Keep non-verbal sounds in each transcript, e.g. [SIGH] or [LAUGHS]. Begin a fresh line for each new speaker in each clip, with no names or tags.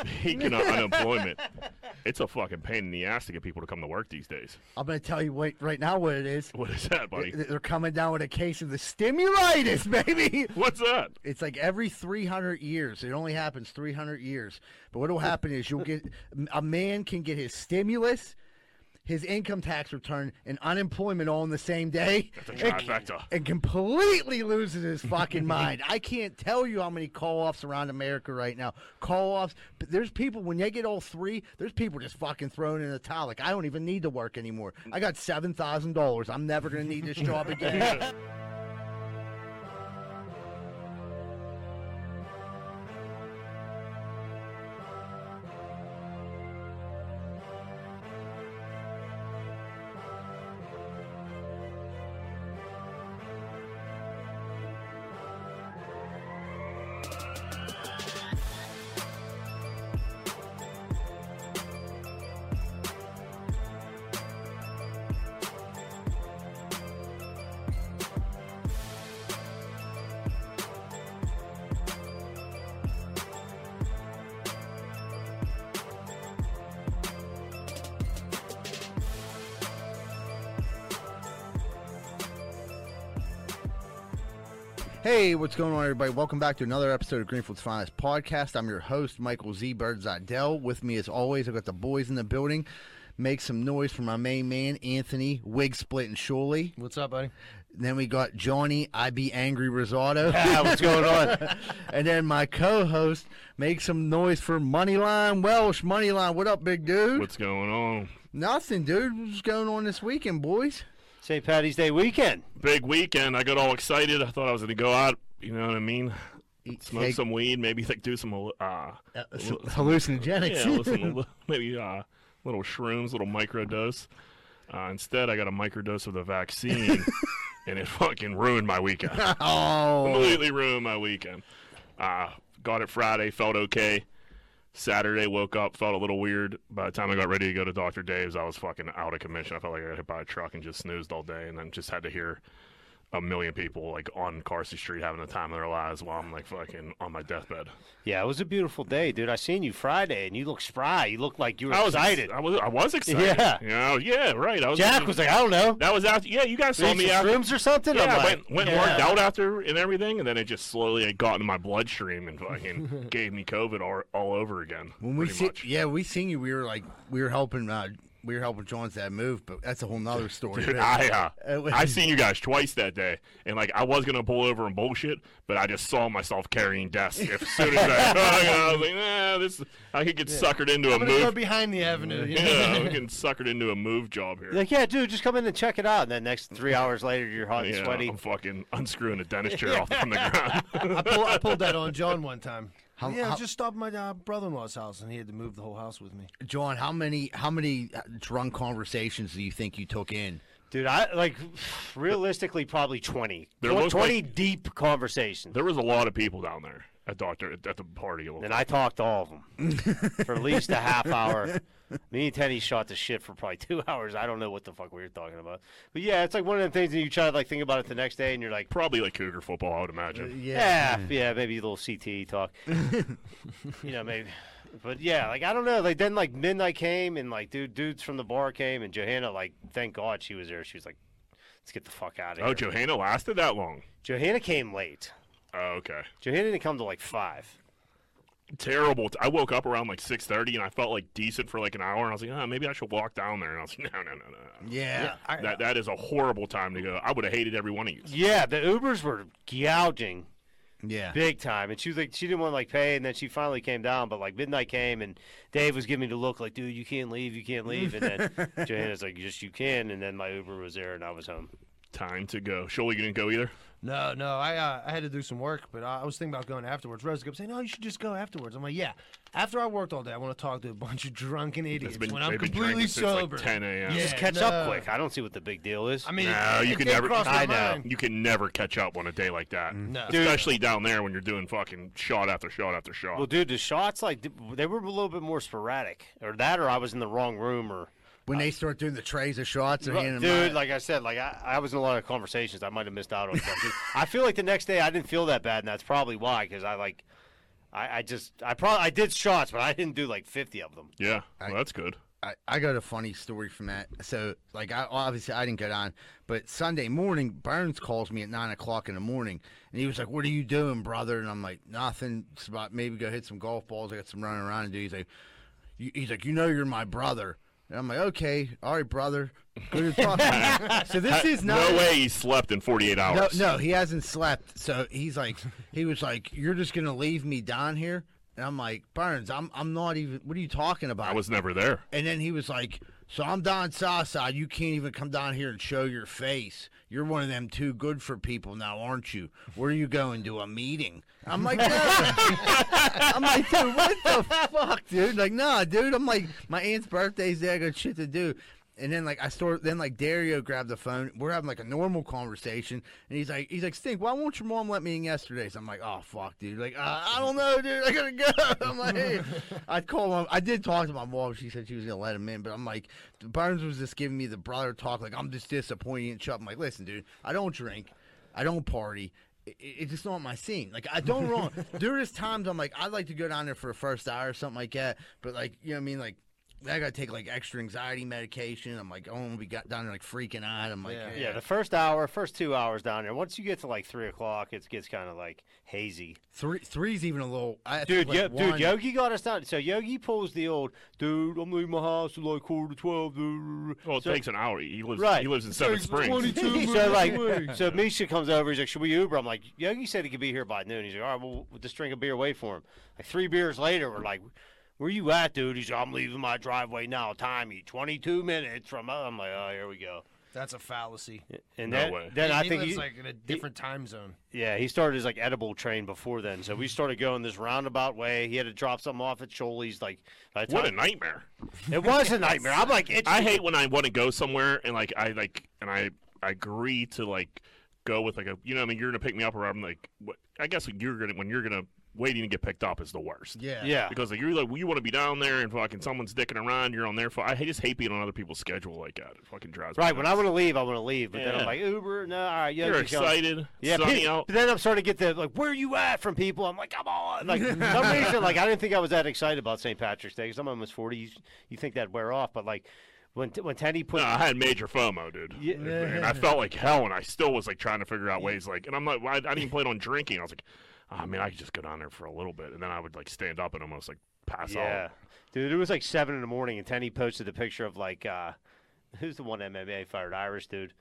Speaking of unemployment, it's a fucking pain in the ass to get people to come to work these days.
I'm going to tell you what, right now what it is.
What is that, buddy?
They're coming down with a case of the stimulitis, [LAUGHS] baby.
What's that?
It's like every 300 years. It only happens 300 years. But what will happen is you'll get a man can get his stimulus, his income tax return, and unemployment all in the same day.
That's a
and-
trifecta.
and completely loses his fucking mind. I can't tell you how many call offs around America right now. Call offs. But there's people when they get all three. There's people just fucking thrown in a towel. Like I don't even need to work anymore. I got seven thousand dollars. I'm never gonna need this
[LAUGHS]
job again. hey, what's going on, everybody? Welcome back to another episode of Greenfield's Finest Podcast. I'm your host, Michael Z. Bird Zidell. With me, as always, I've got the boys in the building. Make some noise for my main man, Anthony Wig Split and Shuley.
What's up, buddy?
Then we got Johnny, I be angry risotto.
what's going on?
[LAUGHS] and then my co-host make some noise for Moneyline Welsh. Moneyline, what up, big dude?
What's going on?
Nothing, dude. What's going on this weekend, boys?
St. Patty's Day weekend.
Big weekend. I got all excited. I thought I was going to go out. You know what I mean?
Eat
Smoke
cake.
some weed. Maybe like do some. Uh,
Uh, some hallucinogenics. [LAUGHS]
yeah, listen, li- maybe uh, little shrooms, little microdose. Uh, instead, I got a microdose of the
[LAUGHS]
vaccine, and it fucking ruined my weekend.
oh,
completely ruined my weekend. Uh, got it Friday, felt okay. Saturday woke up, felt a little weird. By the time I got ready to go to Dr. Dave's, I was fucking out of commission. I felt like I got hit by a truck and just snoozed all day and then just had to hear a million people like on Carson Street having the time of their lives while I'm like fucking on my deathbed.
Yeah, it was a beautiful day, dude. I seen you Friday, and you looked spry. You looked like you were
I was
excited.
I was I was excited.
Yeah.
You know, yeah, right. I was
Jack was like, I don't know.
that was after yeah, you guys saw
Saw
me after
shrooms or something.
Yeah,
I'm
I
like,
went, went and worked out after and everything, and then it just slowly it got in my bloodstream and
[LAUGHS]
fucking gave me COVID all, all over again.
when we
pretty
see,
much.
yeah, we seen you. We were like, we were helping, uh, we were helping John's that move, but that's a
[LAUGHS]
whole nother story.
Dude,
but-
I
It
uh,
was-
I seen you guys twice that day, and like I was gonna pull over and bullshit, but I just saw myself carrying desks. As soon as I, I was like, nah, this I could get suckered into a
go
move.
behind the avenue. you know?
yeah, I'm getting suckered into a move job here.
You're like, yeah, dude, just come in and check it out. And then next three hours later, you're hot and
Yeah,
sweaty.
I'm fucking unscrewing a dentist
[LAUGHS]
chair off from the ground. [LAUGHS]
I, pull, I pulled that on John one time.
How-
yeah,
how-
I just stopped at my uh, brother-in-law's house, and he had to move the whole house with me.
John, how many, how many uh, drunk conversations do you think you took in?
Dude, I like [SIGHS] realistically probably 20.
There
Tw-
looked
20 deep conversations.
there was a lot of people down there at doctor at the party.
And I talked to all [LAUGHS] of them for at least a half hour. Me and Tenny shot the shit for probably [LAUGHS] two hours. I don't know what the fuck we were talking about. But yeah, it's like one of the things that you try to like think about it the next day, and you're like,
Probably like Cougar football, I would imagine.
Uh,
yeah, yeah, maybe a little CTE talk. [LAUGHS] you know, maybe. But yeah, like I don't know. Like then, like midnight came, and like dude, dudes from the bar came, and Johanna, like, thank God she was there. She was like, let's get the fuck out of
Oh,
here.
Johanna lasted that long.
Johanna came late.
Oh, okay.
Johanna didn't come to like five.
Terrible. T- I woke up around like six thirty, and I felt like decent for like an hour, and I was like, oh, maybe I should walk down there. And I was like, no, no, no, no.
Yeah.
I, uh,
That that is a horrible time to go. I would have hated every one of you.
Yeah, the Ubers were gouging.
Yeah.
big time. And she was like, she didn't want to like pay, and then she finally came down. But like midnight came, and Dave was giving me the look like, dude, you can't leave, you can't leave. And then Johanna's like, yes, you can. And then my Uber was there, and I was home.
Time to go. Surely you didn't go either.
no, no, I uh, I had to do some work, but I, I was thinking about going afterwards. Rose kept saying, "No, you should just go afterwards." I'm like, "Yeah." After I worked all day, I want to talk to a bunch of drunken idiots
It's been,
when I'm
they've been
completely
drinking since, like,
sober.
10 a.m.
Yeah,
Just
Catch up
no.
quick. I don't see what the big deal is.
uh, I mean,
No,
[LAUGHS] it,
you
it
can
did
never.
Cross my
I know.
mind. Mm-hmm.
You can never catch up on a day like that,
No. Dude.
especially down there when you're doing fucking shot after shot after shot.
well, dude, the shots like they were a little bit more sporadic, or that, or I was in the wrong room, or
When they start doing the trays of shots, or handing
dude,
them out.
like I said, like I, I was in a lot of conversations. I might have missed out on something. I feel like the next day I didn't feel that bad, and that's probably why, because I like I, I just I probably I did shots, but I didn't do like fifty of them.
Yeah,
I-
well, that's good.
I, I got a funny story from that. So, like, I obviously I didn't get on, but Sunday morning, Burns calls me at nine o'clock in the morning, and he was like, "What are you doing, brother?" And I'm like, "Nothing. It's about maybe go hit some golf balls. I got some running around to do." He's like, you, "He's like, you know, you're my brother." And I'm like, "Okay, all right, brother. Good to talk to
[LAUGHS]
you." so this is not
no way he slept in 48
no,
hours.
no, he hasn't slept. So he's like, he was like, "You're just gonna leave me down here." And I'm like, Burns, I'm I'm not even. What are you talking about?
I was never there.
And then he was like, "So I'm Don Southside. You can't even come down here and show your face. You're one of them too good for people now, aren't you? Where are you going to a meeting?" I'm like, no. I'm like, dude, what the fuck, dude? Like, nah, dude. I'm like, my aunt's birthday's there. I got shit to do. And then like I start, then like Dario grabbed the phone. We're having like a normal conversation, and he's like, he's like, Stink, why won't your mom let me in yesterday? So I'm like, oh fuck, dude. Like, uh, I don't know, dude. I gotta go. [LAUGHS] I'm like, hey. I'd call him. I did talk to my mom. She said she was gonna let him in, but I'm like, Burns was just giving me the brother talk. Like, I'm just disappointed and shut. I'm like, listen, dude, I don't drink, I don't party. I- I- It's just not my scene. Like I don't wrong. there is times I'm like I'd like to go down there for a first hour or something like that. But like you know what I mean. Like I gotta take like extra anxiety medication. I'm like, I don't want to be got down there like freaking out. I'm like,
Yeah.
eh.
Yeah, the first hour, first two hours down there. Once you get to like three o'clock, it gets kind of like hazy.
three three's even a little. I
Dude,
like
yo, dude,
one-
Yogi got us down. So Yogi pulls the old, dude, I'm leaving my house at like quarter to twelve.
[LAUGHS]
Well, it
So-
takes an hour. He lives.
Right.
He lives in Seven Springs.
so like, so Misha comes over. He's like, "Should we Uber?" I'm like, "Yogi said he could be here by noon." He's like, "All right, well, we'll just drink a beer, wait for him." Like three beers later, we're like, "Where you at, dude?" He's like, "I'm leaving my driveway now. Time you 22 minutes from." I'm like, "Oh, here we go."
That's a fallacy.
And
No
then,
way.
And
then I
he
think
lives,
he,
like in a different time zone.
yeah, he started his like edible train before then. So we started going this roundabout way. He had to drop something off at Choley's. Like, by
[LAUGHS]
the
What a
time-
nightmare.
it was a nightmare.
[LAUGHS]
I'm like, it's
I hate when I want to go somewhere and like I like and I I agree to like go with like a you know what I mean you're gonna pick me up or I'm like what, I guess when you're gonna when you're gonna waiting to get picked up is the worst.
yeah,
yeah.
Because like you're like well, you want to be down there and fucking someone's dicking around you're on their phone. I just hate being on other people's schedule like that. It fucking drives
Right
me
when I want to leave, I want to leave, but then
Yeah.
I'm like Uber. No, all right,
nuts. you're
Yogi's going.
excited.
Yeah,
sunny
pe-
out.
but then I'm starting to get the like, where you at from people. I'm like, come on. Like
[LAUGHS]
for some reason, like I didn't think I was that excited about St. Patrick's Day. 'cause I'm almost forty. You, you think that'd wear off, but like when t- when Teddy put
No, I had major FOMO, dude.
Yeah.
And I felt like hell, and I still was like trying to figure out ways. Like, and I'm not, I, I didn't even plan on drinking. I was like, oh man, I could just go down there for a little bit, and then I would like stand up and almost like pass
yeah,
out.
dude, it was like seven in the morning, and Teddy posted the picture of like uh, [LAUGHS] who's the one MMA fired Irish dude.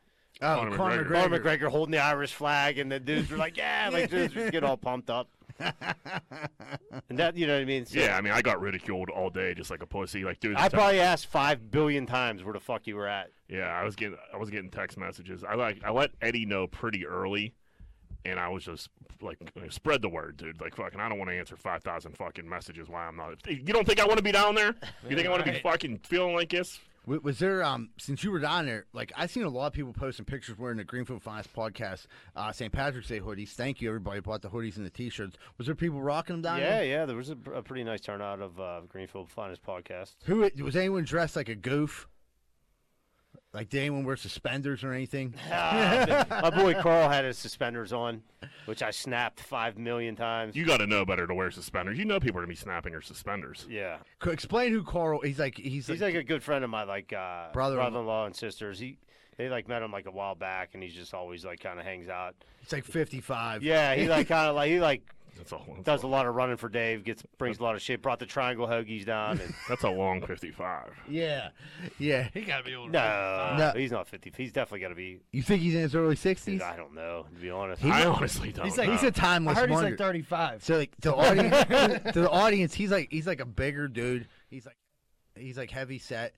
Oh,
Conor
Conor
McGregor.
McGregor.
Conor McGregor holding the Irish flag, and the dudes were like, "Yeah!" Like dudes would get all pumped up, and that you know what I mean. So
Yeah, I mean, I got ridiculed all day, just like a pussy. Like, dude,
I
te-
probably asked five billion times where the fuck you were at.
yeah, I was getting, I was getting text messages. I like, I let Eddie know pretty early, and I was just like, spread the word, dude. Like, fucking, I don't want to answer five thousand fucking messages. Why I'm not? You don't think I want to be down there? You think I want to be fucking feeling like this?
W- Was there um since you were down there? Like I seen a lot of people posting pictures wearing the Greenfield Finance podcast uh, St. Patrick's Day hoodies. Thank you everybody who bought the hoodies and the T-shirts. Was there people rocking them down
Yeah,
there?
yeah, there was a, a pretty nice turnout of uh, Greenfield Finest podcast.
Who was anyone dressed like a goof? Like did anyone wear suspenders or anything?
My boy Carl had his suspenders on, which I snapped five million times.
You got to know better to wear suspenders. You know, people are gonna be snapping your suspenders.
yeah,
Co- Explain who Carl. He's like he's,
he's
like,
like a good friend of my like uh,
Brother-
in law and sisters. He they like met him like a while back, and he's just always like kind of hangs out.
he's like fifty five.
Yeah, he like kind of like he like
That's a that's,
does
a,
a lot of running for Dave, gets brings a lot of shit. Brought the triangle hoagies down. And,
that's a long fifty-five.
yeah, yeah.
He got to be older.
no,
No.
he's not fifty. He's definitely got to be.
You think he's in his early
Dude,
sixties?
I don't know to be honest.
I honestly don't.
he's like-
know.
He's a
I
timeless
heard he's
wonder.
like 35.
So like to the audience, to the audience, he's like he's like a bigger dude. He's like he's like heavy set.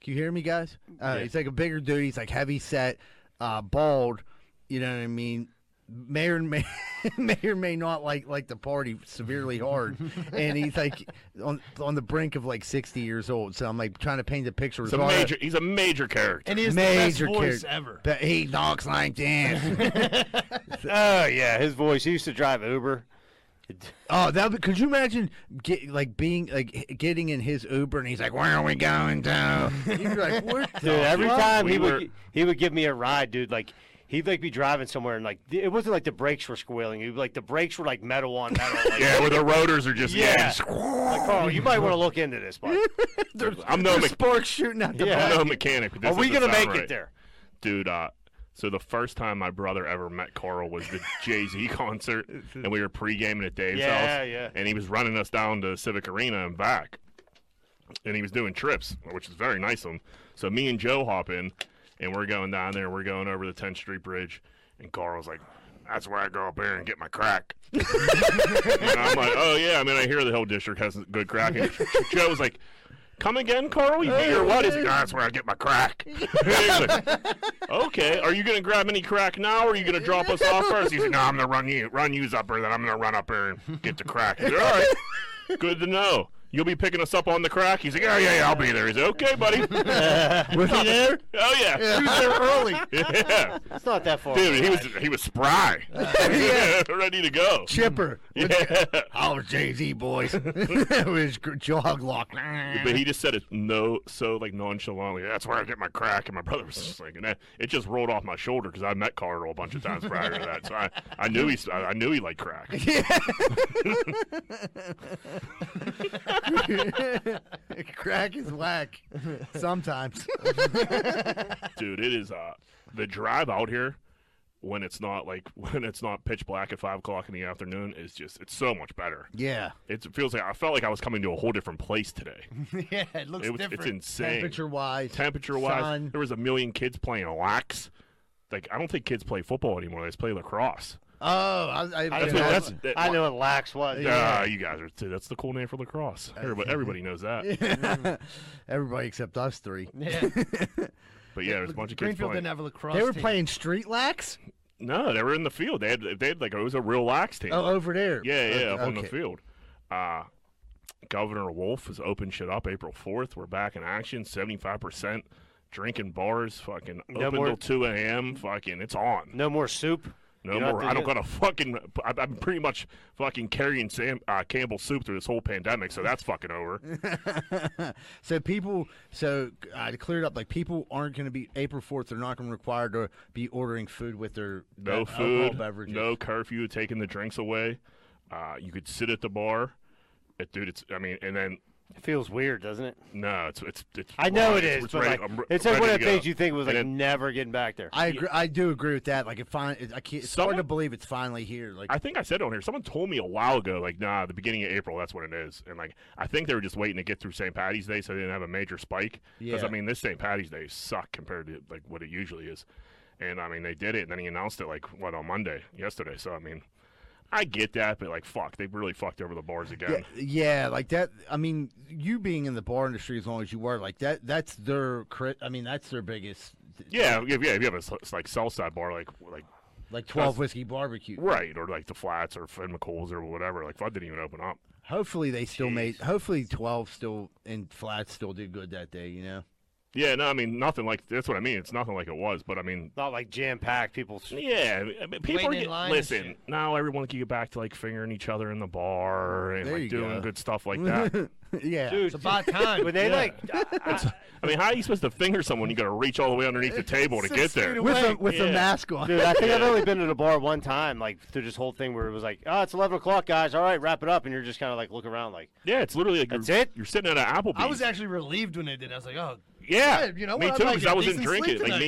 Can you hear me, guys? Uh,
Yeah.
He's like a bigger dude. He's like heavy set, uh, bald. You know what I mean? May or may, [LAUGHS] may or may not like like the party severely hard, and he's like on on the brink of like sixty years old. So I'm like trying to paint the picture.
He's a major. He's a major character.
And he has
major
the best voice
character.
ever. [LAUGHS]
But he talks like this.
Oh yeah, his voice. He used to drive Uber.
Oh, that would- could you imagine get, like being like h- getting in his Uber and he's like, "Where are we going to?" You'd be like, "What?"
[LAUGHS]
Dude,
the
every
fuck?"
time
We
he
were-
would he would give me a ride, dude. Like he'd like be driving somewhere and like it wasn't like the brakes were squealing. It was like the brakes were like metal on metal. Like,
Yeah, where the rotors are just
Yeah.
yeah. just-
like, Carl, you might want to look into
[LAUGHS]
this, bud.
I'm no me-
Sparks shooting out the.
I'm
Yeah.
no mechanic. but this
Are we
doesn't
gonna
sound
make
right.
it there?
dude? Uh, so the first time my brother ever met Carl was
[LAUGHS]
the Jay Z concert, and we were pre-gaming at Dave's
Yeah,
house.
yeah.
And he was running us down to Civic Arena and back, and he was doing trips, which is very nice of him. So me and Joe hop in, and we're going down there. We're going over the 10th Street Bridge, and Carl's like. That's where I go up here and get my
[LAUGHS]
crack. And I'm like, oh yeah. I mean, I hear the whole district has good crack. And Joe was like, come again, Carl? You hear what? He's like, "Ah, that's where I get my
[LAUGHS]
crack. [LAUGHS] He's like, okay. Are you gonna grab any crack now, or are you gonna drop us off first? He's like, no, I'm gonna run you, run yous up here, then I'm gonna run up here and get the crack. He's like, all right. Good to know. You'll be picking us up on the crack. He's like, oh yeah, yeah I'll be there. He's like, okay, buddy.
[LAUGHS] Was he there?
oh yeah.
He was there
[LAUGHS]
early.
yeah.
It's not that far.
Dude, he was he was spry.
Uh, Yeah.
[LAUGHS] Ready to go.
Chipper.
[LAUGHS] Yeah.
Oh, Jay Z
[LAUGHS]
boys. [LAUGHS] With his gr- jog lock.
But he just said it no, so like nonchalantly. That's where I get my crack, and my brother was just like, and that, it just rolled off my shoulder because I met Carter a bunch of times prior to that, so I, I knew he, I I knew he liked crack.
[LAUGHS] Crack is whack. Sometimes. [LAUGHS]
Dude, it is uh the drive out here when it's not like [LAUGHS] when it's not pitch black at five o'clock in the afternoon is just it's so much better.
yeah.
It's, it feels like I felt like I was coming to a whole different place today.
yeah, it looks
It was,
different.
it's insane.
Temperature wise.
temperature wise,
Sun.
there was a million kids playing lax. Like I don't think kids play football anymore. They just play lacrosse.
oh, I, I,
I,
That's
know,
what-
that's,
that's- that-
I know what lax was.
Yeah, Ah, you guys are. Dude, that's the cool name for lacrosse. Everybody, everybody knows that.
[LAUGHS] Everybody except us three.
Yeah.
But yeah, there's a bunch of kids
Greenfield
playing.
didn't have a lacrosse.
They were
team.
playing street lax
no, they were in the field. They had, they had like it was a real lax team.
oh, over there.
yeah, yeah, up on the
okay.
field. Uh, Governor Wolf has opened shit up April fourth. We're back in action. Seventy five percent drinking bars. Fucking
No
open
more-
till two a.m. Fucking it's on.
No more soup.
No
You don't
more.
have to
I don't
do-
gotta fucking. I- I'm pretty much fucking carrying Sam uh, Campbell soup through this whole pandemic, so that's fucking over.
So people, so uh, I cleared up. Like people aren't going to be April Fourth. They're not going to required to be ordering food with their uh,
no
alcohol
food,
beverages.
no curfew, taking the drinks away. Uh, you could sit at the bar. It, dude, it's I mean, and then
It feels weird, doesn't it?
no, it's it's, it's
I know
wrong.
it is,
It's
but
ready-
like,
I'm re-
it's like
ready
one
to
of the
go.
things you think was like
And then
never getting back there.
I agree. I do agree with that. Like it finally, it, I can't. It's hard to
Someone-
believe it's finally here. Like
I think I said it on here. Someone told me a while ago, like, nah, the beginning of April, that's when it is. And like, I think they were just waiting to get through St. Patty's Day so they didn't have a major spike. Because
Yeah.
I mean, this St. Patty's Day sucked compared to like what it usually is. And I mean, they did it, and then he announced it like what on Monday, yesterday. So I mean, I get that, but like, fuck, they really fucked over the bars again.
Yeah, yeah, like that. I mean, you being in the bar industry as long as you were, like that. That's their crit. I mean, that's their biggest.
Yeah, if, yeah. If you have a s- s- like south side bar, like like
Like twelve whiskey barbecue.
right or like the flats or Fred McCool's or whatever, like Fud didn't even open up.
Hopefully they still made. Hopefully twelve still and flats still did good that day. You know.
Yeah, no, I mean nothing like that's what I mean. It's nothing like it was, but I mean,
Not like jam packed. People.
yeah, I mean, people
Waiting
are
in
get-
line and
listen.
shit.
Now everyone can get back to like fingering each other in the bar and
There you
like doing
go.
good stuff
[LAUGHS]
like that.
yeah.
It's about time.
[LAUGHS] when they like,
[LAUGHS]
I-
I mean, how are you supposed to finger someone? You got to reach all the way underneath the table to
Six
get there.
feet away.
with a with a
Yeah.
mask on.
Dude, I think I've only been in a bar one time, like through this whole thing where it was like, "Oh, it's eleven o'clock, guys. All right, wrap it up." And you're just kind of like look around, like,
Yeah, it's literally like
That's
you're,
it?
you're sitting at an Applebee's.
I was actually relieved when they did. I was like, oh,
Yeah,
Good, you know
me
what?
too,
I'm like
because
a
I wasn't
decent sleep
drinking. Like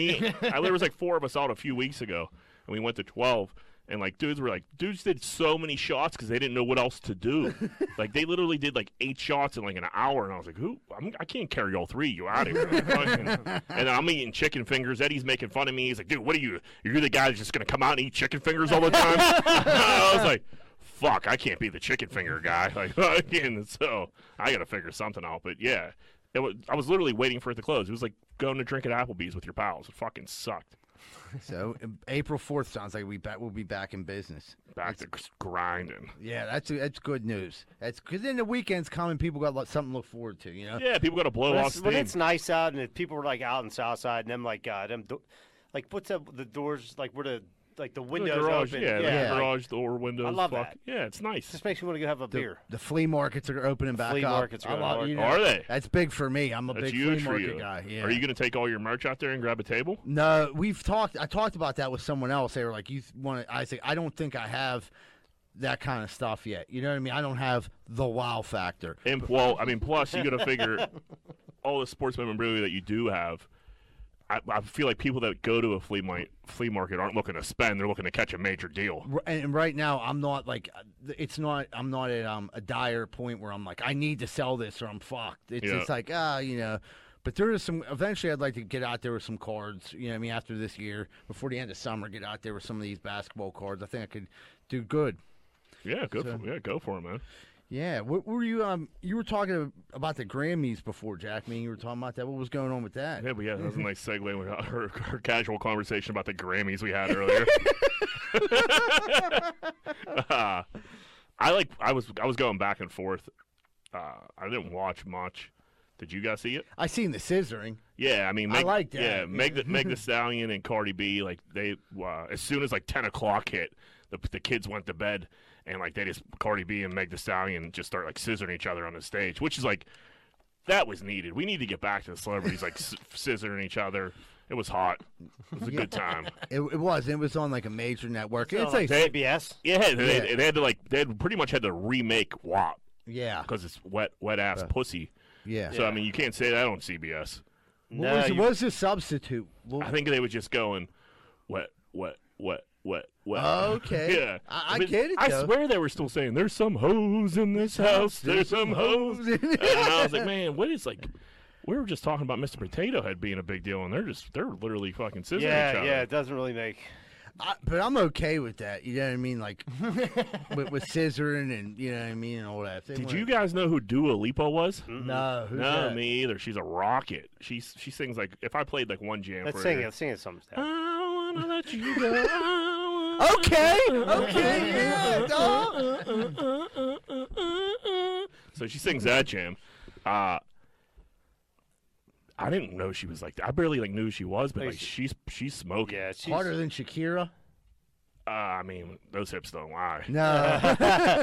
me, I, there was like four of us out a few weeks ago, and we went to twelve, and like dudes were like, dudes did so many shots because they didn't know what else to
[LAUGHS]
do. like they literally did like eight shots in like an hour, and I was like, who? I'm, I can't carry all three. You out of here?
[LAUGHS]
Like, fucking- and I'm eating chicken fingers. Eddie's making fun of me. He's like, dude, what are you? You're the guy that's just gonna come out and eat chicken fingers all the time. [LAUGHS] I was like. Fuck! I can't be the chicken finger guy. [LAUGHS] Like, fucking, so I gotta figure something out. But yeah, it was, I was literally waiting for it to close. It was like going to drink at Applebee's with your pals. It fucking sucked.
So um, April fourth sounds like we bet we'll be back in business.
Back to just grinding.
Yeah, that's that's good news. That's because then the weekend's coming. People got lo- something to look forward to. You know.
Yeah, people got to blow
when
off
it's, when
steam.
it's nice out and if people were like out in Southside and them like, uh, them, do- like what's up the doors like where the like the
The
windows
garage,
open.
yeah,
Yeah.
The garage door windows.
I love
fuck.
that.
Yeah, it's
It
nice.
just makes me want to go have a
The,
beer.
the flea markets are opening back
flea
up.
markets are
I'm
gonna
all-
work.
you know,
Are they?
That's big for me. I'm a
That's
big
huge
flea
for
market
you.
guy. Yeah.
Are you going to take all your merch out there and grab a table?
No, we've talked. I talked about that with someone else. They were like, "You want to?" I say, "I don't think I have that kind of stuff yet." You know what I mean? I don't have the wow factor.
And well, I [LAUGHS] mean, plus you got to figure all the sports memorabilia that you do have. I, I feel like people that go to a flea, mi- flea market aren't looking to spend; they're looking to catch a major deal.
R- And right now, I'm not like uh, it's not. I'm not at um, a dire point where I'm like, I need to sell this or I'm fucked. It's
Yeah.
just like ah, you know. But there is some. Eventually, I'd like to get out there with some cards. You know, what I mean, after this year, before the end of summer, get out there with some of these basketball cards. I think I could do good.
Yeah, go for yeah, go for it, man.
Yeah, what were you um you were talking about the Grammys before, Jack? I mean, you were talking about that. What was going on with that?
Yeah, but yeah, that was a nice segue with our, our casual conversation about the Grammys we had earlier. Uh, [LAUGHS] I like. I was I was going back and forth. Uh, I didn't watch much. Did you guys see it?
I seen the scissoring.
Yeah, I mean,
I
Meg,
like that,
Yeah,
yeah.
Meg,
[LAUGHS]
the, Meg the Stallion and Cardi B, like they, uh, as soon as like ten o'clock hit, the the kids went to bed, and like they just Cardi B and Meg the Stallion just start like scissoring each other on the stage, which is like that was needed. We need to get back to the celebrities like
[LAUGHS]
s- scissoring each other. It was hot. It was a good
[LAUGHS]
time.
It, it was. It was on like a major network. It's like
CBS.
Yeah, they,
Yeah.
They, had to like they had pretty much had to remake WAP
yeah,
because it's wet wet ass pussy.
yeah.
So I mean, you can't say that on CBS.
what,
No,
was,
you-
what was the substitute? What-
I think they were just going, what, what, what, what, what.
Okay.
[LAUGHS] yeah.
I- I get it,
I
though.
swear they were still saying, there's some hoes in this house. There's some hoes.
in-
[LAUGHS] and I was like, man, what is like. We were just talking about Mr. Potato Head being a big deal, and they're just, they're literally fucking scissoring each
Yeah,
other.
yeah, it doesn't really make.
I, but I'm okay with that. You know what I mean? Like with, with scissoring and you know what I mean and all that. If they
Did
wanna-
you guys know who Dua Lipa was?
No, Mm-hmm. who's
no,
that?
me either. She's a rocket. She she sings like if I played like one jam
Let's
for
sing it.
her.
Let's sing it sometime.
I wanna let you go. I wanna-
[LAUGHS] Okay. Okay. [LAUGHS] Yeah. dog.
[LAUGHS] So she sings that jam. Uh I didn't know she was like that. I barely like knew who she was, but like
Nice.
she's she's smoking.
Yeah, she's,
Harder than Shakira.
Uh, I mean, those hips don't lie. [LAUGHS]
No.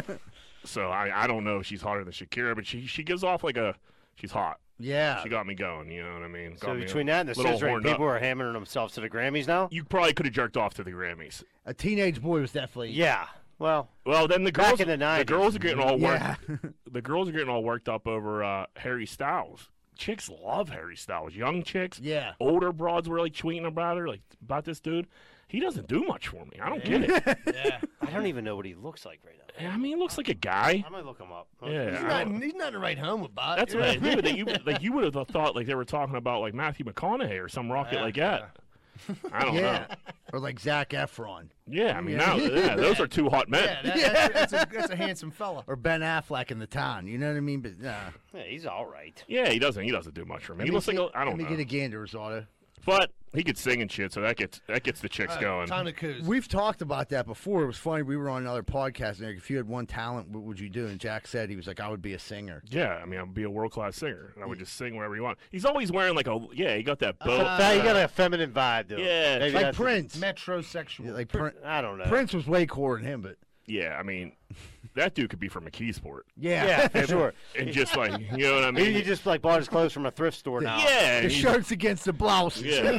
So I, I don't know if she's hotter than Shakira, but she she gives off like a she's hot.
yeah.
She got me going, you know what I mean? Got
so
me
between that and the
little
scissoring,
horned up.
people are hammering themselves to the Grammys now.
you probably could have jerked off to the Grammys.
A teenage boy was definitely.
Yeah. Well,
Well, then the
Back
girls
in the 90s.
girls are getting all worked.
Yeah.
The girls are getting all worked up over uh, Harry Styles. Chicks love Harry Styles. Young chicks,
Yeah.
older broads were like tweeting about her, like about this dude. He doesn't do much for me. I don't get it.
I don't even know what he looks like right now.
[LAUGHS] I mean, he looks like a guy.
I might look him up.
[LAUGHS] Yeah,
He's
I
not,
don't-
he's not to write home about.
that's
you
what
know?
I mean. That
[LAUGHS]
you like, you would have thought like they were talking about like Matthew McConaughey or some rocket like that. [LAUGHS] I don't know.
Yeah. Or like Zach Efron.
Yeah, I mean, now yeah, those are two hot
[LAUGHS]
men.
Yeah, that, that's, that's, a, that's a handsome fella.
or Ben Affleck in the town. You know what I mean? But nah.
Yeah, he's all right.
Yeah, he doesn't. He doesn't do much for me. he looks like a, I don't
Let me
know,
get a gander, Rosado.
but he could sing and shit, so that gets that gets the chicks going.
Ton of coos.
We've talked about that before. It was funny. We were on another podcast, and if you had one talent, what would you do? And Jack said he was like, I would be a singer.
Yeah, I mean, I'd be a world class singer. and I would just sing wherever you want. He's always wearing like a yeah. He got that
Uh,
bow.
you got a feminine vibe, dude.
uh, Yeah,
Maybe
Like
that's the-
Prince.
Metrosexual.
Yeah, like Prin-
I don't know.
Prince was way cooler than him, but
yeah, I mean, that dude could be from McKeesport
yeah.
Yeah, for sure.
and just like you know what I
Maybe
mean.
[LAUGHS] he just like bought his clothes from a thrift store now.
yeah,
[LAUGHS] the
he's-
shirts against the blouses.
yeah.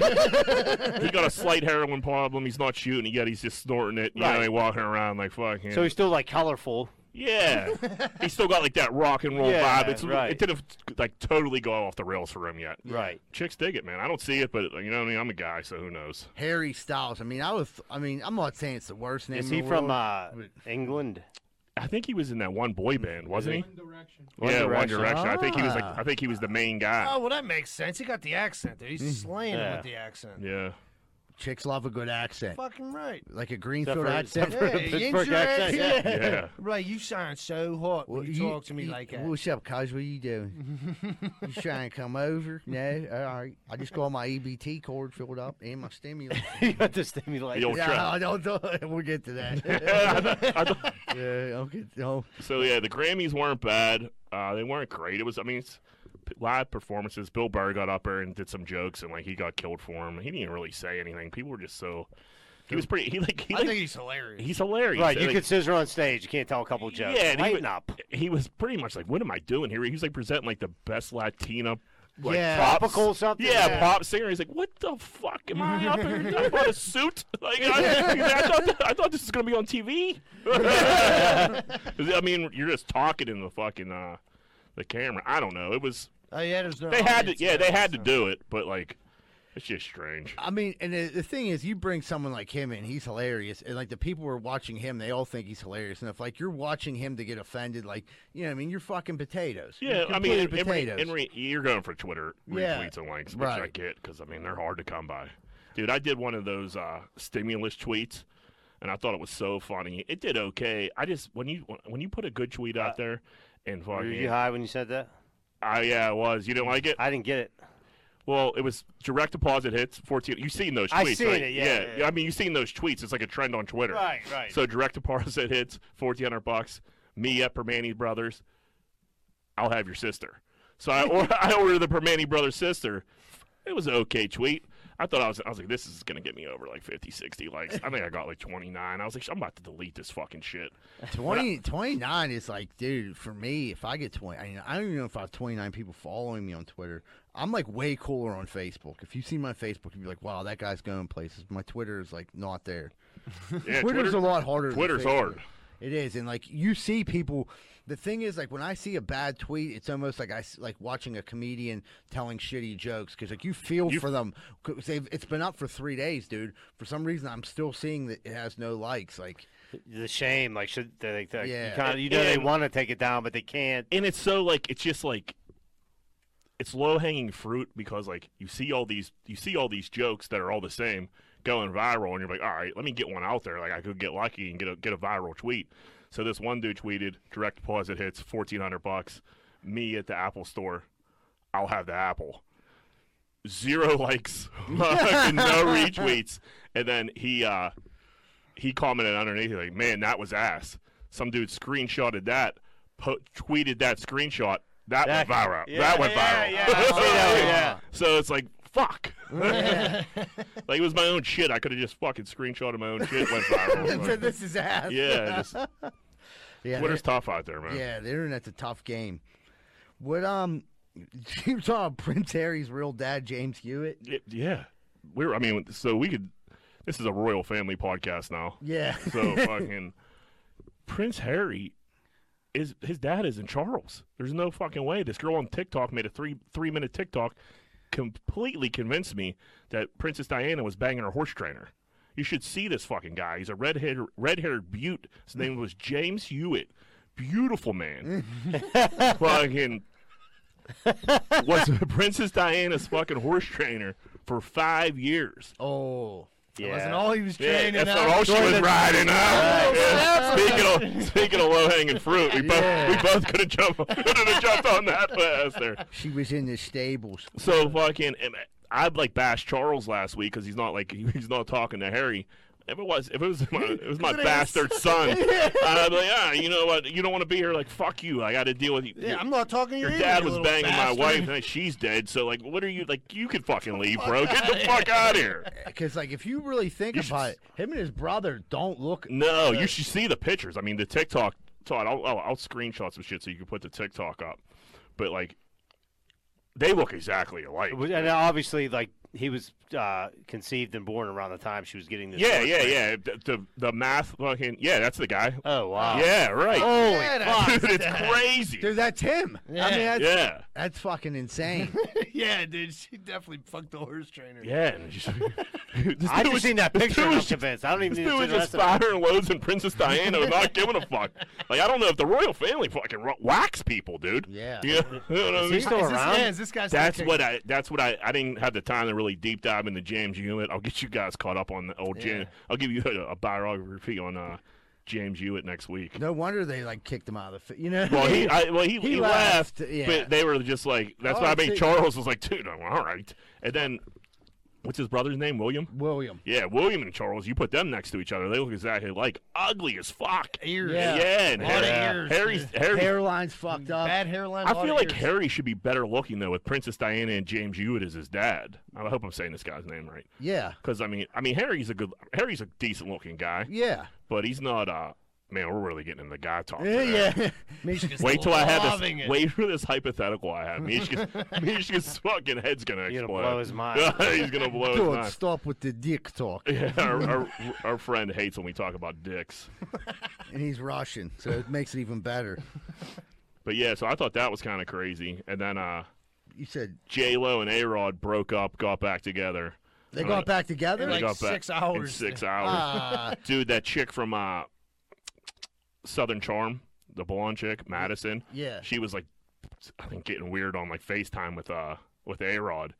he got a slight heroin problem. He's not shooting it yet. He's just snorting it. You know,
Right.
he walking around like fucking.
So he's still like colorful.
yeah,
[LAUGHS]
he's still got like that rock and roll
Yeah,
vibe. It's
right.
it didn't like totally go off the rails for him yet.
Right.
Chicks dig it, man. I don't see it, but you know what I mean. I'm a guy, so who knows.
Harry Styles. I mean, I was. I mean, I'm not saying it's the worst name.
Is
in
he
the
from
world.
uh, England?
I think he was in that one boy band, wasn't he?
Direction.
One
yeah, One
Direction.
Direction. I think he was like
Ah.
I think he was the main guy.
Oh well, that makes sense. He got the accent there. He's slaying it
Yeah.
with the accent.
Mm-hmm. Yeah.
Chicks love a good accent,
Fucking right.
like a Greenfield
for-
accent.
except
[LAUGHS]
[LAUGHS] the
Yeah, he
Pittsburgh
ain't your ass-
accent,
yeah.
Yeah.
Right, you sound so hot when you, talk to me
you-
like that.
What's up, cuz? What you doing? you trying to come over? No, all right. I just got my EBT cord filled up and my stimulus.
[LAUGHS] you have to stimulate.
The old-
yeah,
Trap.
I don't, do- [LAUGHS] We'll get
[LAUGHS]
to that. [LAUGHS] yeah, I'll get. Oh,
so yeah, the Grammys weren't bad. Uh, they weren't great. It was I mean it's p- live performances. Bill Burr got up there and did some jokes and like he got killed for him. He didn't really say anything. People were just so He was pretty. He like he
I
like,
think he's hilarious.
he's hilarious.
Right, you
Like,
could scissor on stage. You can't tell a couple jokes.
Yeah, and he
Lighten
would-
up.
he was pretty much like, "What am I doing here?" He was like presenting like the best Latina, like
Yeah.
pop-
Tropical something,
Yeah,
yeah.
pop singer. He's like, "What the fuck am I up here? I bought a suit. Like, I, [LAUGHS] I thought th- I thought this was gonna be on TV. [LAUGHS] I mean, you're just talking in the fucking uh, the camera. I don't know. It was
Oh yeah, there's no.
they had to.
audience
Yeah,
there,
they had to
so.
do it, but like, it's just strange.
I mean, and the, the thing is, you bring someone like him in, he's hilarious. And like the people who are watching him, they all think he's hilarious. And if like you're watching him to get offended, like, you know, what I mean, you're fucking potatoes.
Yeah,
You're
I mean, and-
completely
and re-
potatoes.
and re- you're going for Twitter
Yeah,
retweets and likes, which I
right.
get because I mean they're hard to come by. Dude, I did one of those uh, stimulus tweets, and I thought it was so funny. It did okay. I just when you when you put a good tweet out there, and
Were
fucking,
Uh, you high when you said that?
I yeah, it was. You didn't like it?
I didn't get it.
Well, it was direct deposit hits fourteen. You've seen those tweets,
I seen
right?
it, yeah, yeah, yeah.
I mean, you've seen those tweets. It's like a trend on Twitter.
right.
So direct deposit hits fourteen hundred bucks. Me at Permani Brothers. I'll have your sister. So I or, [LAUGHS] I ordered the Permani Brothers sister. It was an okay tweet. I thought I was I was like this is gonna get me over like 50, 60 likes. I think I got like twenty nine. I was like I'm about to delete this fucking shit.
20, 29 is like, dude, for me, if I get 20, I, mean, I don't even know if I have 29 people following me on Twitter. I'm like way cooler on Facebook. If you see my Facebook, you'd be like, wow, that guy's going places. My Twitter is like not there.
Yeah,
Twitter's
Twitter-
a lot harder. than
Twitter's
Facebook.
hard.
It is, and like you see people. The thing is, like when I see a bad tweet, it's almost like I s- like watching a comedian telling shitty jokes because like you feel
You-
for them. 'cause they've- it's been up for three days, dude. For some reason, I'm still seeing that it has no likes. Like [LAUGHS]
the shame, like should they? they
Yeah.
You, kinda, you know they
And-
want to take it down, but they can't.
and it's so like it's just like it's low hanging fruit because like you see all these you see all these jokes that are all the same going viral and you're like all right let me get one out there like I could get lucky and get a get a viral tweet. So this one dude tweeted direct deposit hits fourteen hundred bucks. Me at the Apple store, I'll have the Apple. Zero [LAUGHS] likes, no retweets, and then he uh he commented underneath it, like, "Man, that was ass." Some dude screenshotted that, po- tweeted that screenshot. That, went
That-
viral.
yeah,
that went
yeah,
viral.
yeah, I
[LAUGHS]
see that one, yeah.
So it's like,
[LAUGHS]
fuck. [LAUGHS] like it was my own shit. I could have just fucking screenshotted my own shit. Went
[LAUGHS]
viral.
so
Like,
this is ass.
yeah, just,
yeah.
Twitter's tough out there,
the-
man.
yeah, the internet's a tough game. What um, [LAUGHS] you saw Prince Harry's real dad, James Hewitt?
Yeah, yeah. We were. I mean, so we could. This is a royal family podcast now.
Yeah. [LAUGHS]
[LAUGHS] So fucking Prince Harry is his dad is in Charles. There's no fucking way. This girl on TikTok made a three three minute TikTok, completely convinced me that Princess Diana was banging her horse trainer. You should see this fucking guy. He's a red haired red haired butte. His name was James Hewitt. Beautiful man. fucking was [LAUGHS] Princess Diana's fucking horse trainer for five years.
oh.
That
Yeah.
wasn't all he was
Yeah,
training.
that's
out.
not all she was
Jordan-
riding. Huh? Yeah. Speaking of speaking of low hanging fruit, we both we both could have jumped [LAUGHS] could have jumped on that fast there.
She was in the stables.
So fucking, and I like bashed Charles last week because he's not like he's not talking to Harry. If it was, if it was, my, it
[LAUGHS]
was my bastard son. I'd be like, ah, you know what? You don't want to be here. Like, fuck you. I got to deal with you.
Yeah, I'm not talking to
Your
you either,
dad
you
was
little
banging
bastard.
my wife, and she's dead. So, like, what are you like? You could fucking leave, bro. Get
[LAUGHS]
the fuck out of here.
Because like if you really think
should
about
s-
it, him and his brother don't look.
No, you should see the pictures. I mean, the TikTok. Todd, I'll, I'll, I'll screenshot some shit so you can put the TikTok up. But like, they look exactly alike.
It was- And obviously, like he was uh, conceived and born around the time she was getting this.
Yeah,
birth
yeah,
rate.
yeah. The, the the math fucking yeah, that's the guy.
Oh wow. Oh,
yeah, right.
Holy
Yeah, that-
[LAUGHS]
fuck.
Dude, it's crazy.
Dude, that's him. I mean,
Yeah.
that's,
yeah,
that's fucking insane.
[LAUGHS]
[LAUGHS]
yeah, dude, she definitely fucked the horse trainer.
yeah. [LAUGHS] and just- this
I
dude
just
was-
seen that
this
picture.
dude
and I'm
was just-
convinced. I don't even
This
need to
dude
see
was
the
just
rest of it.
firing loads in Princess Diana, and not giving a fuck. Like I don't know if the royal family fucking ro- whacks people, dude.
Yeah.
you know, [LAUGHS] you know what I
Is
mean?
he still
Is this,
around?
yeah, is this guy's
That's what I. That's what I. I didn't have the time to really deep dive into James Hewitt. I'll get you guys caught up on the old Jan. I'll give you a, a biography on uh, James Hewitt next
[LAUGHS]
week.
no wonder they like kicked him out of the. Fi- you know.
Well,
[LAUGHS]
he, I, well, he, he,
left,
left,
yeah.
but they were just like, that's
Oh,
what I
I
mean.
see.
Charles was like, dude, I'm all right. And then What's his brother's name? William.
William.
Yeah, William and Charles. You put them next to each other, they look exactly like ugly as fuck.
Ears.
Yeah.
and
A lot of
Harry-
ears.
Harry's Harry.
Hairline's fucked up.
uh, Bad hairline.
I
lot
feel
of
like
ears.
Harry should be better looking though, with Princess Diana and James Hewitt as his dad. I hope I'm saying this guy's name right.
Yeah.
Because I mean, I mean Harry's a good, Harry's a decent looking guy, [LAUGHS]
Yeah.
but he's not. uh Man, we're really getting into guy talk.
Yeah.
today.
[LAUGHS]
yeah.
Mishka's
Wait till I have
loving
this.
it.
Wait for this hypothetical I have.
[LAUGHS]
Mishka's, Mishka's fucking head's gonna
You're
explode.
gonna blow his mind.
[LAUGHS] He's gonna blow his
Dude,
mind.
stop with the dick talk.
Yeah, our, our, our friend hates when we talk about dicks.
And he's Russian, so it makes it even better.
But yeah, so I thought that was kind of crazy. And then uh,
You said
J Lo and A Rod broke up, got back together.
they
I
got
don't-
back
They
together?
Like
got back
six
In
hours. [LAUGHS]
six hours.
Ah,
Dude, that chick from uh, Southern Charm, the blonde chick, Madison.
yeah.
she was like I think getting weird on like FaceTime with uh with A Rod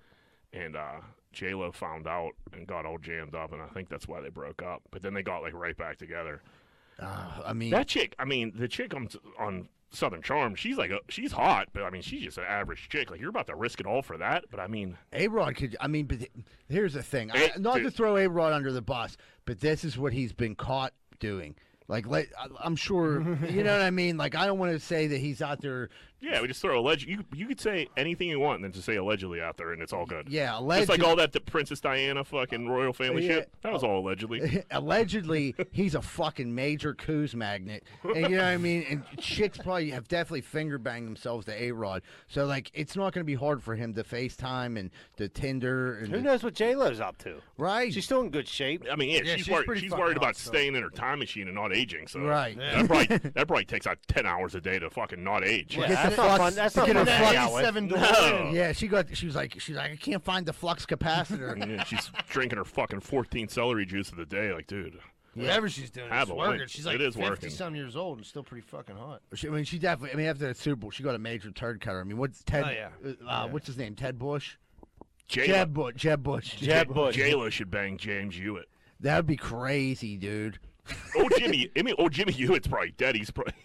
and uh J Lo found out and got all jammed up and I think that's why they broke up. But then they got like right back together.
Ah, I mean,
That chick, I mean, the chick on on Southern Charm, she's like a, she's hot, but I mean she's just an average chick. Like you're about to risk it all for that, but I mean
A Rod could. I mean, but th- here's the thing. I,
Hey,
not to
dude.
throw A Rod under the bus, but this is what he's been caught doing. Like, like I- I'm
[LAUGHS]
sure you know what I mean. Like, I don't want to say that he's out there.
yeah, we just throw alleged. You you could say anything you want and then just say allegedly out there and it's all good.
Yeah,
Just like
allegedly,
all that the Princess Diana fucking royal family
Yeah.
shit. That was all allegedly.
[LAUGHS] allegedly he's a fucking major coos magnet, and you know what I mean.
[LAUGHS]
And chicks probably have definitely finger banged themselves to A Rod. So like, it's not going to be hard for him to FaceTime and to Tinder and
Who
to-
knows what J Lo's up to?
right,
She's still in good shape.
I mean, yeah,
Yeah,
she's,
she's
worried.
pretty
She's
fucking
worried
hot,
about
so-
staying in her time machine and not aging. So
right.
that
[LAUGHS]
probably that probably takes out ten hours a day to fucking not age. [LAUGHS]
Get
Yeah, that's
the
not
fuck-
fun. That's not
get
fun.
the
to
fuck-
hang out with.
Seven doors.
No.
[LAUGHS] Yeah, she got. She was like, she's like, I can't find the flux
[LAUGHS]
capacitor.
And, yeah, she's drinking her fucking 14 celery juice of the day. Like, dude,
Whatever she's doing,
Have
it's
a
working.
wink.
She's like
It is
50
working.
some years old and still pretty fucking hot.
She, I mean, she definitely. I mean, after that Super Bowl, she got a major turd cutter. I mean, what's Ted?
Oh, yeah.
uh, What's his name? Ted Bush.
Jay
Jeb Bush. Jeb Bush.
Jeb Bush.
Jayla should bang James Hewitt.
That'd be crazy, dude.
Old
[LAUGHS]
Jimmy, I mean, old Jimmy Hewitt's probably dead. He's probably [LAUGHS]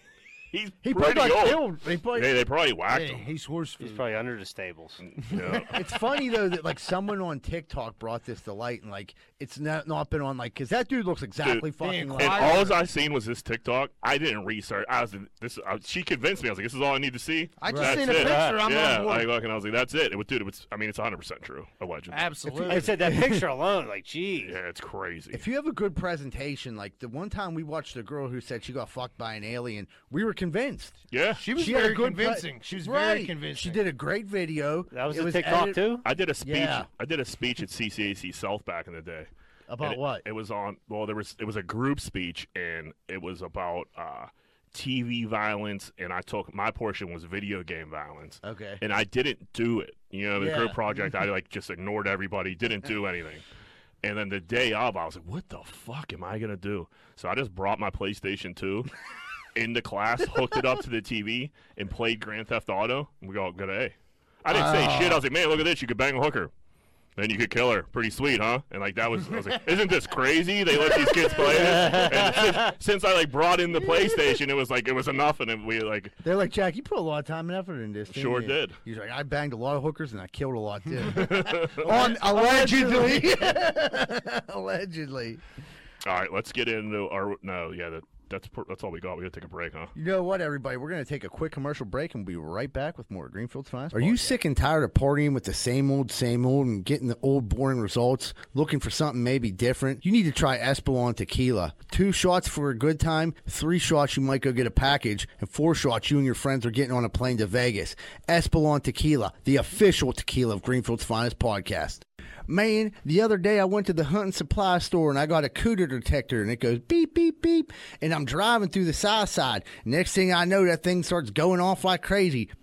he's
He probably
pretty
got
old.
killed. He probably-
Hey, they probably whacked
Hey, he's horse
He's
food.
probably under the stables.
him.
[LAUGHS]
Yeah.
It's funny though that like someone on TikTok brought this to light, and like it's not not been on like because that dude looks exactly fucking
being
like.
And
quiet-
all I seen was this TikTok. I didn't research. I was this. I, she convinced me. I was like, "This is all I need to see."
I just
That's
seen a
it.
picture, I'm
yeah,
on board.
like, look, and I was like, "That's it." It was, dude. It was. I mean, it's 100 percent true. Allegedly.
Absolutely.
Like I
[LAUGHS]
said, that picture alone, like, geez.
Yeah, it's crazy.
If you have a good presentation, like the one time we watched a girl who said she got fucked by an alien, we were convinced.
yeah,
she was
she had
very
a good pre-
convincing. she was very
Right.
convincing.
She did a great video.
That was
It
a TikTok,
edit-
too?
I did a speech.
Yeah.
I did a speech at CCAC South back in the day.
About
And it-
what?
It, was on. Well, there was. It was a group speech, and it was about uh, TV violence. And I took my portion was video game violence.
Okay.
And I didn't do it. You know, the group
Yeah.
project.
[LAUGHS]
I like just ignored everybody. Didn't do anything. And then the day of, I was like, "What the fuck am I gonna do?" So I just brought my PlayStation
[LAUGHS]
Two into class, hooked it up to the TV, and played Grand Theft Auto. And we all got an A. I didn't say shit. I was like, "Man, look at this! You could bang a hooker." Then you could kill her. Pretty sweet, huh? And like that was, I was like, isn't this crazy? They let these kids play this. And since, since I like brought
[LAUGHS]
in the PlayStation, it was like it was enough, and then we like
They're like, Jack, you put a lot of time and effort into this. didn't
Sure
you?"
did.
He's like, I banged a lot of hookers and I killed a lot
[LAUGHS]
too. [LAUGHS] On allegedly, [LAUGHS] allegedly.
All right, let's get into our no, yeah, that, that's per- that's all we got. We gotta take a break, huh?
You know what, everybody? We're going to take a quick commercial break and we'll be right back with more Greenfield's Finest. Are you sick and tired of partying with the same old, same old and getting the old, boring results? Looking for something maybe different? You need to try Espolon Tequila. Two shots for a good time, three shots you might go get a package, and four shots you and your friends are getting on a plane to Vegas. Espolon Tequila, the official tequila of Greenfield's Finest podcast. Man, the other day I went to the hunting supply store and I got a cooter detector and it goes beep, beep, beep. And I'm driving through the side side. Next thing I know, that thing starts going off like crazy.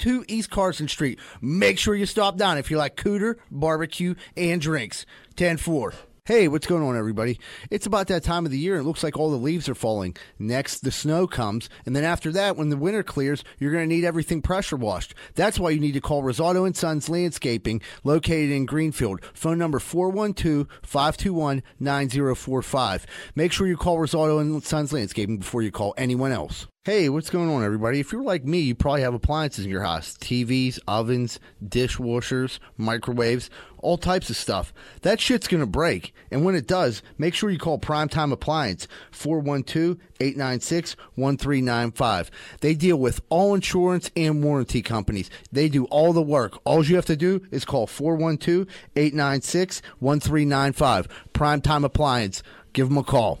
202 East Carson Street. Make sure you stop down if you like cooter, barbecue, and drinks. 10 4. Hey, what's going on, everybody? It's about that time of the year. It looks like all the leaves are falling. Next, the snow comes. And then after that, when the winter clears, you're going to need everything pressure washed. That's why you need to call Rosato and Sons Landscaping, located in Greenfield. Phone number 412 521 9045. Make sure you call Rosato and Sons Landscaping before you call anyone else. Hey, what's going on, everybody? If you're like me, you probably have appliances in your house TVs, ovens, dishwashers, microwaves, all types of stuff. That shit's going to break. And when it does, make sure you call Primetime Appliance 412 896 1395. They deal with all insurance and warranty companies. They do all the work. All you have to do is call 412 896 1395. Primetime Appliance. Give them a call.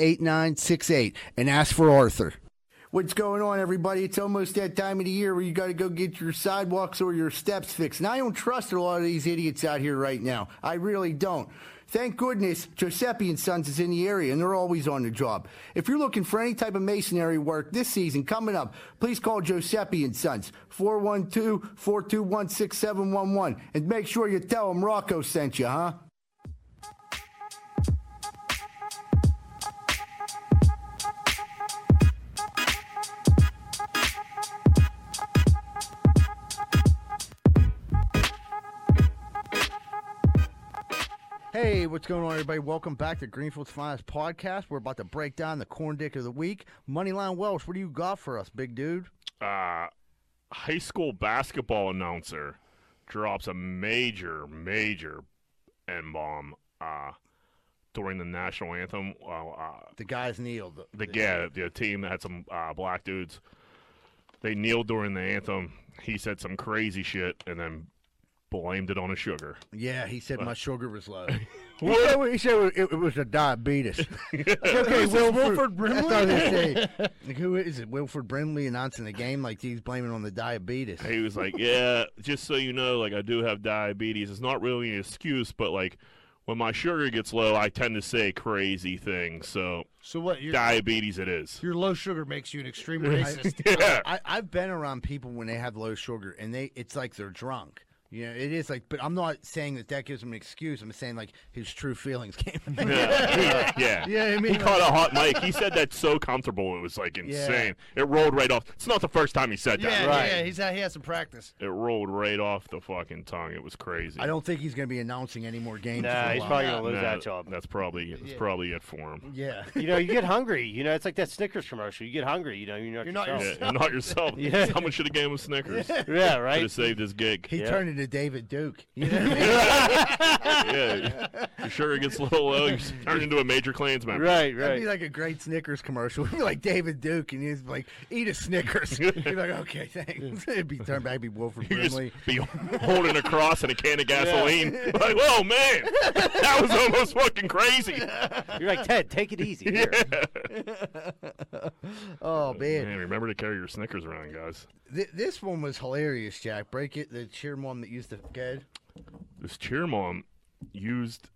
8968 and ask for Arthur. What's going on, everybody? It's almost that time of the year where you got to go get your sidewalks or your steps fixed. And I don't trust a lot of these idiots out here right now. I really don't. Thank goodness Giuseppe and Sons is in the area and they're always on the job. If you're looking for any type of masonry work this season coming up, please call Giuseppe and Sons 412-421-6711 and make sure you tell them Rocco sent you, huh? Hey, what's going on, everybody? Welcome back to Greenfield's Finest Podcast. We're about to break down the corn dick of the week. Moneyline Welsh, what do you got for us, big dude?
uh, high school basketball announcer drops a major, major n bomb uh, during the national anthem. Uh, uh,
The guys kneeled.
the yeah, the team that had some uh, black dudes, they kneeled during the anthem. He said some crazy shit and then blamed it on his sugar.
Yeah, he said my sugar was [LAUGHS] low. he said, he said it, it was a [LAUGHS] diabetes. okay, Wilford Brimley. [LAUGHS] Like, who is it? Wilford Brimley announcing the game like he's blaming on the diabetes.
He was
[LAUGHS]
like, "Yeah, just so you know, like I do have diabetes. It's not really an excuse, but like." When my sugar gets low, I tend to say crazy things. So
So what? Your,
diabetes, it is.
your low sugar makes you an
[LAUGHS]
extreme racist.
[LAUGHS]
Yeah.
I, I've been around people when they have low sugar, and they it's like they're drunk. You know, it is like, but I'm not saying that that gives him an excuse. I'm saying like his true feelings came.
[LAUGHS] yeah. yeah.
[LAUGHS] Yeah, I mean,
He caught a hot
[LAUGHS]
mic. He said that so comfortable it was like insane. It rolled right off. It's not the first time he said that.
yeah,
right?
yeah. He's had, he has some practice.
It rolled right off the fucking tongue. It was crazy.
I don't think he's going to be announcing any more games.
Nah,
for a
he's
while.
probably gonna lose
Nah,
that job.
That's probably that's probably it for
[LAUGHS]
him.
[LAUGHS]
Yeah,
You know, you get hungry. You know, it's like that Snickers commercial. You get hungry. You know, you're not.
You're not
Yeah,
yourself.
and not yourself.
[LAUGHS]
Yeah.
Someone should have gave him Snickers.
Yeah, yeah
Should have
right.
saved his gig.
he
Yeah.
turned into David Duke. [LAUGHS] You know what I mean?
yeah, [LAUGHS] your sugar gets a little low. You turn into a major clans member.
Right,
That'd
right.
be like a great Snickers commercial. [LAUGHS] It'd be like David Duke, and he's like, "Eat a
[LAUGHS]
Snickers." You'd be like, "Okay, thanks." [LAUGHS] It'd be turned back, be Wilford
You just
Brimley.
be holding a cross and a can of gasoline. Like, whoa, man, that was almost fucking crazy.
You're like Ted. Take it easy. Here.
Oh man,
Man, remember to carry your Snickers around, guys.
Th- this one was hilarious, Jack. Break it, the cheer mom that used to go.
this cheer mom used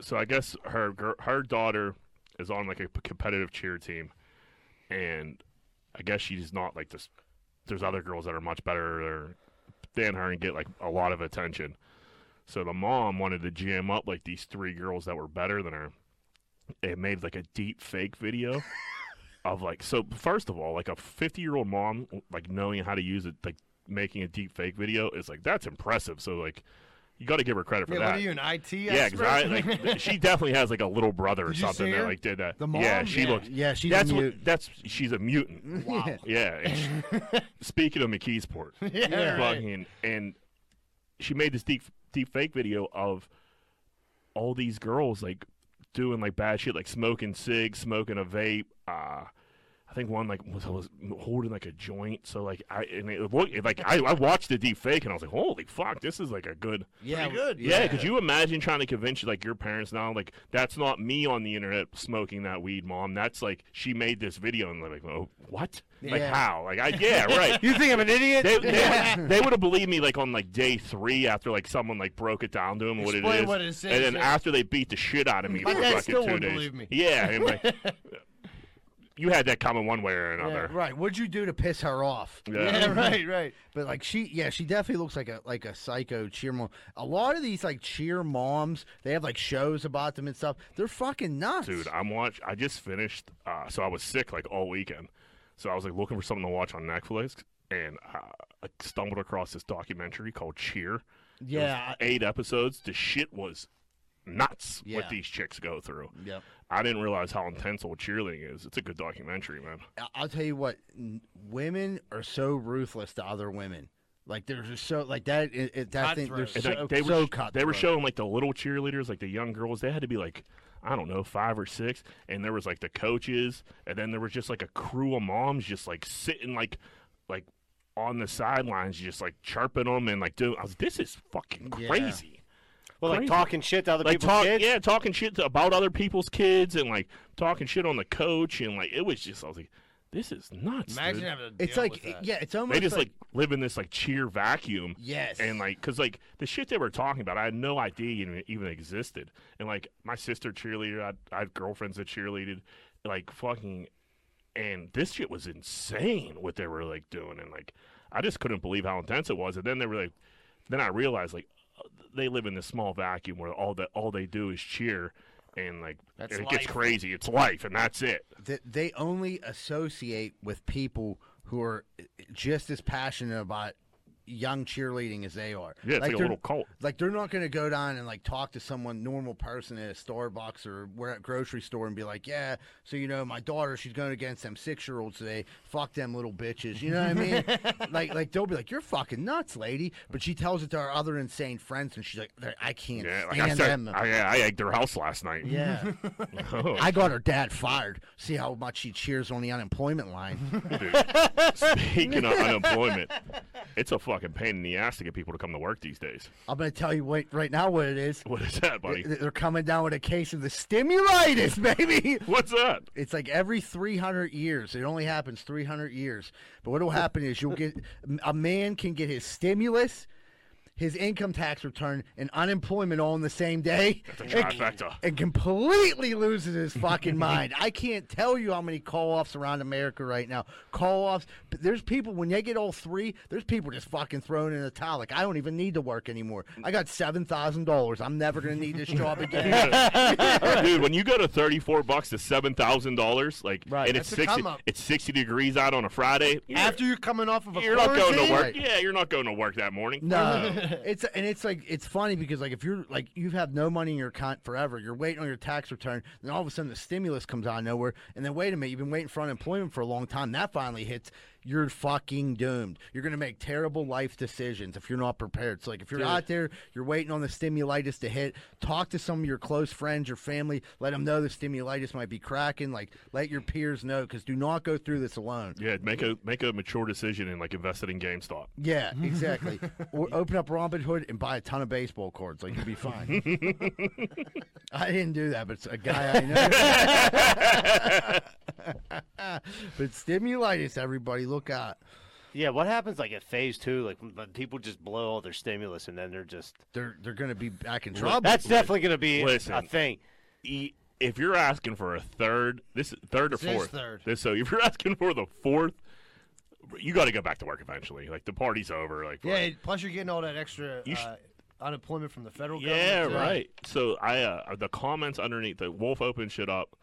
so i guess her gir- her daughter is on like a p- competitive cheer team and i guess she's not like this there's other girls that are much better than her and get like a lot of attention so the mom wanted to jam up like these three girls that were better than her and made like a deep fake
[LAUGHS]
video of like so first of all like a 50 year old mom like knowing how to use it like making a deep fake video is like that's impressive so like you got to give her credit for
Yeah,
that
what are you, an IT
yeah, because
expert? [LAUGHS]
I like th- she definitely has like a little brother or
Did you
something
see
that
her?
like did that.
The mom?
Yeah, she
Yeah.
looks.
Yeah, she's a
that's
mutant.
[LAUGHS] What, that's she's a
[LAUGHS]
mutant.
Wow.
yeah. and she- speaking of McKeesport,
yeah, right.
fucking, and she made this deep deep fake video of all these girls like doing like bad shit, like smoking cigs, smoking a vape. Uh, I I think one like was, was holding like a joint. So like I and it looked it, like I, I watched the deep fake and I was like, holy fuck, this is like a good.
Yeah,
Pretty good.
Yeah, could you imagine trying to convince like your parents now? Like that's not me on the internet smoking that weed, mom. That's like she made this video and they're like, oh, what? Like
Yeah.
how? Like I yeah right.
You think I'm an idiot?
They, they, would, they would have believed me like on like day three after like someone like broke it down to him what it
Explain
is,
what it says,
and then
yeah.
after they beat the shit out of me
My
for
dad
fucking
still
two
wouldn't
days.
believe me.
Yeah, and,
[LAUGHS]
like, you had that coming one way or
Yeah,
another.
right. What'd you do to piss her off?
Yeah.
Yeah, [LAUGHS]
[LAUGHS]
right, right.
But like she, yeah, she definitely looks like a like a psycho cheer mom. A lot of these like cheer moms, they have like shows about them and stuff. They're fucking nuts,
Dude, I'm watch. I just finished. Uh, so I was sick like all weekend, so I was like looking for something to watch on Netflix, and uh, I stumbled across this documentary called Cheer. It was
yeah,
eight episodes. The shit was nuts.
Yeah.
What these chicks go through.
yeah.
I didn't realize how intense old cheerleading is. It's a good documentary, man.
I- I'll tell you what, n- women are so ruthless to other women. Like they're just so like that. It, it- that thing, they're
Cutthroat.
so,
And, like,
they
they
so
were they were
cutthroat.
showing like the little cheerleaders, like the young girls. They had to be like I don't know five or six, and there was like the coaches, and then there was just like a crew of moms just like sitting like like on the sidelines, just like chirping them and like doing. I was this is fucking
Yeah.
crazy.
well, like
crazy.
talking shit to other
Like
people's
talk,
kids.
yeah, talking shit to- about other people's kids and like talking shit on the coach and like it was just I was like, this is nuts.
Imagine
dude.
having to deal
It's like
with that.
yeah, it's almost
they just
like,
like live in this like cheer vacuum.
yes,
And like, cause like the shit they were talking about, I had no idea even, even existed. And like, my sister cheerleader, I, I had girlfriends that cheerleaded, like fucking, and this shit was insane what they were like doing, and like, I just couldn't believe how intense it was. And then they were like, then I realized like, they live in this small vacuum where all that all they do is cheer, and like,
That's
and it gets
life.
crazy. It's life, and that's it.
that they only associate with people who are eh, just as passionate about young cheerleading as they are.
Yeah, it's like, a
they're-
little cult.
Like they're not going to go down and like talk to someone normal person at a Starbucks or we're at a grocery store and be like, yeah, so you know my daughter she's going against them six year olds today. Fuck them little bitches. You know what I mean?
[LAUGHS]
like like they'll be like, you're fucking nuts, lady. But she tells it to her other insane friends and she's like, "They're- I can't
Yeah, like
stand
I said,
them.
I, Oh. I egged their house last night. [LAUGHS]
yeah. I got her dad fired. See how much she cheers on the unemployment
[LAUGHS]
line.
Dude, speaking of unemployment, it's a fucking pain in the ass to get people to come to work these days.
I'm going to tell you wait, right now what it is.
What is that, buddy?
They're coming down with a case of the stimulitis, baby.
What's that?
It's like every 300 years. It only happens 300 years. But what will happen is you'll get a man can get his stimulus, his income tax return, and unemployment all in the same day.
The trifecta.
and completely loses his fucking mind. I can't tell you how many call offs around America right now. Call offs. but There's people when they get all three. There's people just fucking thrown in the towel. Like I don't even need to work anymore. I got seven thousand dollars. I'm never gonna need this job again.
[LAUGHS] Dude, when you go to thirty-four bucks to seven thousand dollars, like,
Right.
and it's
That's a
sixty,
come-up.
it's sixty degrees out on a Friday. You're,
After you're coming off of a
you're not going to
quarantine?
work.
Right.
Yeah, you're not going to work that morning.
No, it's and it's like it's funny because like if you're like you have no money in your account forever, you're waiting on your tax return, then all of a sudden the stimulus comes out of nowhere, and then wait a minute, you've been waiting for unemployment for a long time. That finally hits, you're fucking doomed. You're gonna make terrible life decisions if you're not prepared. So like if you're out there, you're waiting on the stimulitis to hit. Talk to some of your close friends, your family. Let them know the stimulitis might be cracking. Like let your peers know because do not go through this alone.
Yeah, make a make a mature decision and like invest it in GameStop.
Yeah, exactly. or open up Robin Hood and buy a ton of baseball cards. Like, you'll be fine. I didn't do that, but it's a guy I know. but stimulitis, everybody, look out.
Yeah, what happens like at phase two? Like when people just blow all their stimulus and then they're just
They're, they're going to be back in trouble.
[LAUGHS] that's definitely gonna be a
Listen.
thing.
E- If you're asking for a third, this is third or
This is
fourth.
third.
This, so if you're [LAUGHS] asking for the fourth, you got to go back to work eventually. Like the party's over. Like
Yeah, plus you're getting all that extra
You sh-
uh, unemployment from the federal
Yeah,
government. too.
right. So I uh, the comments underneath the wolf opened shit up.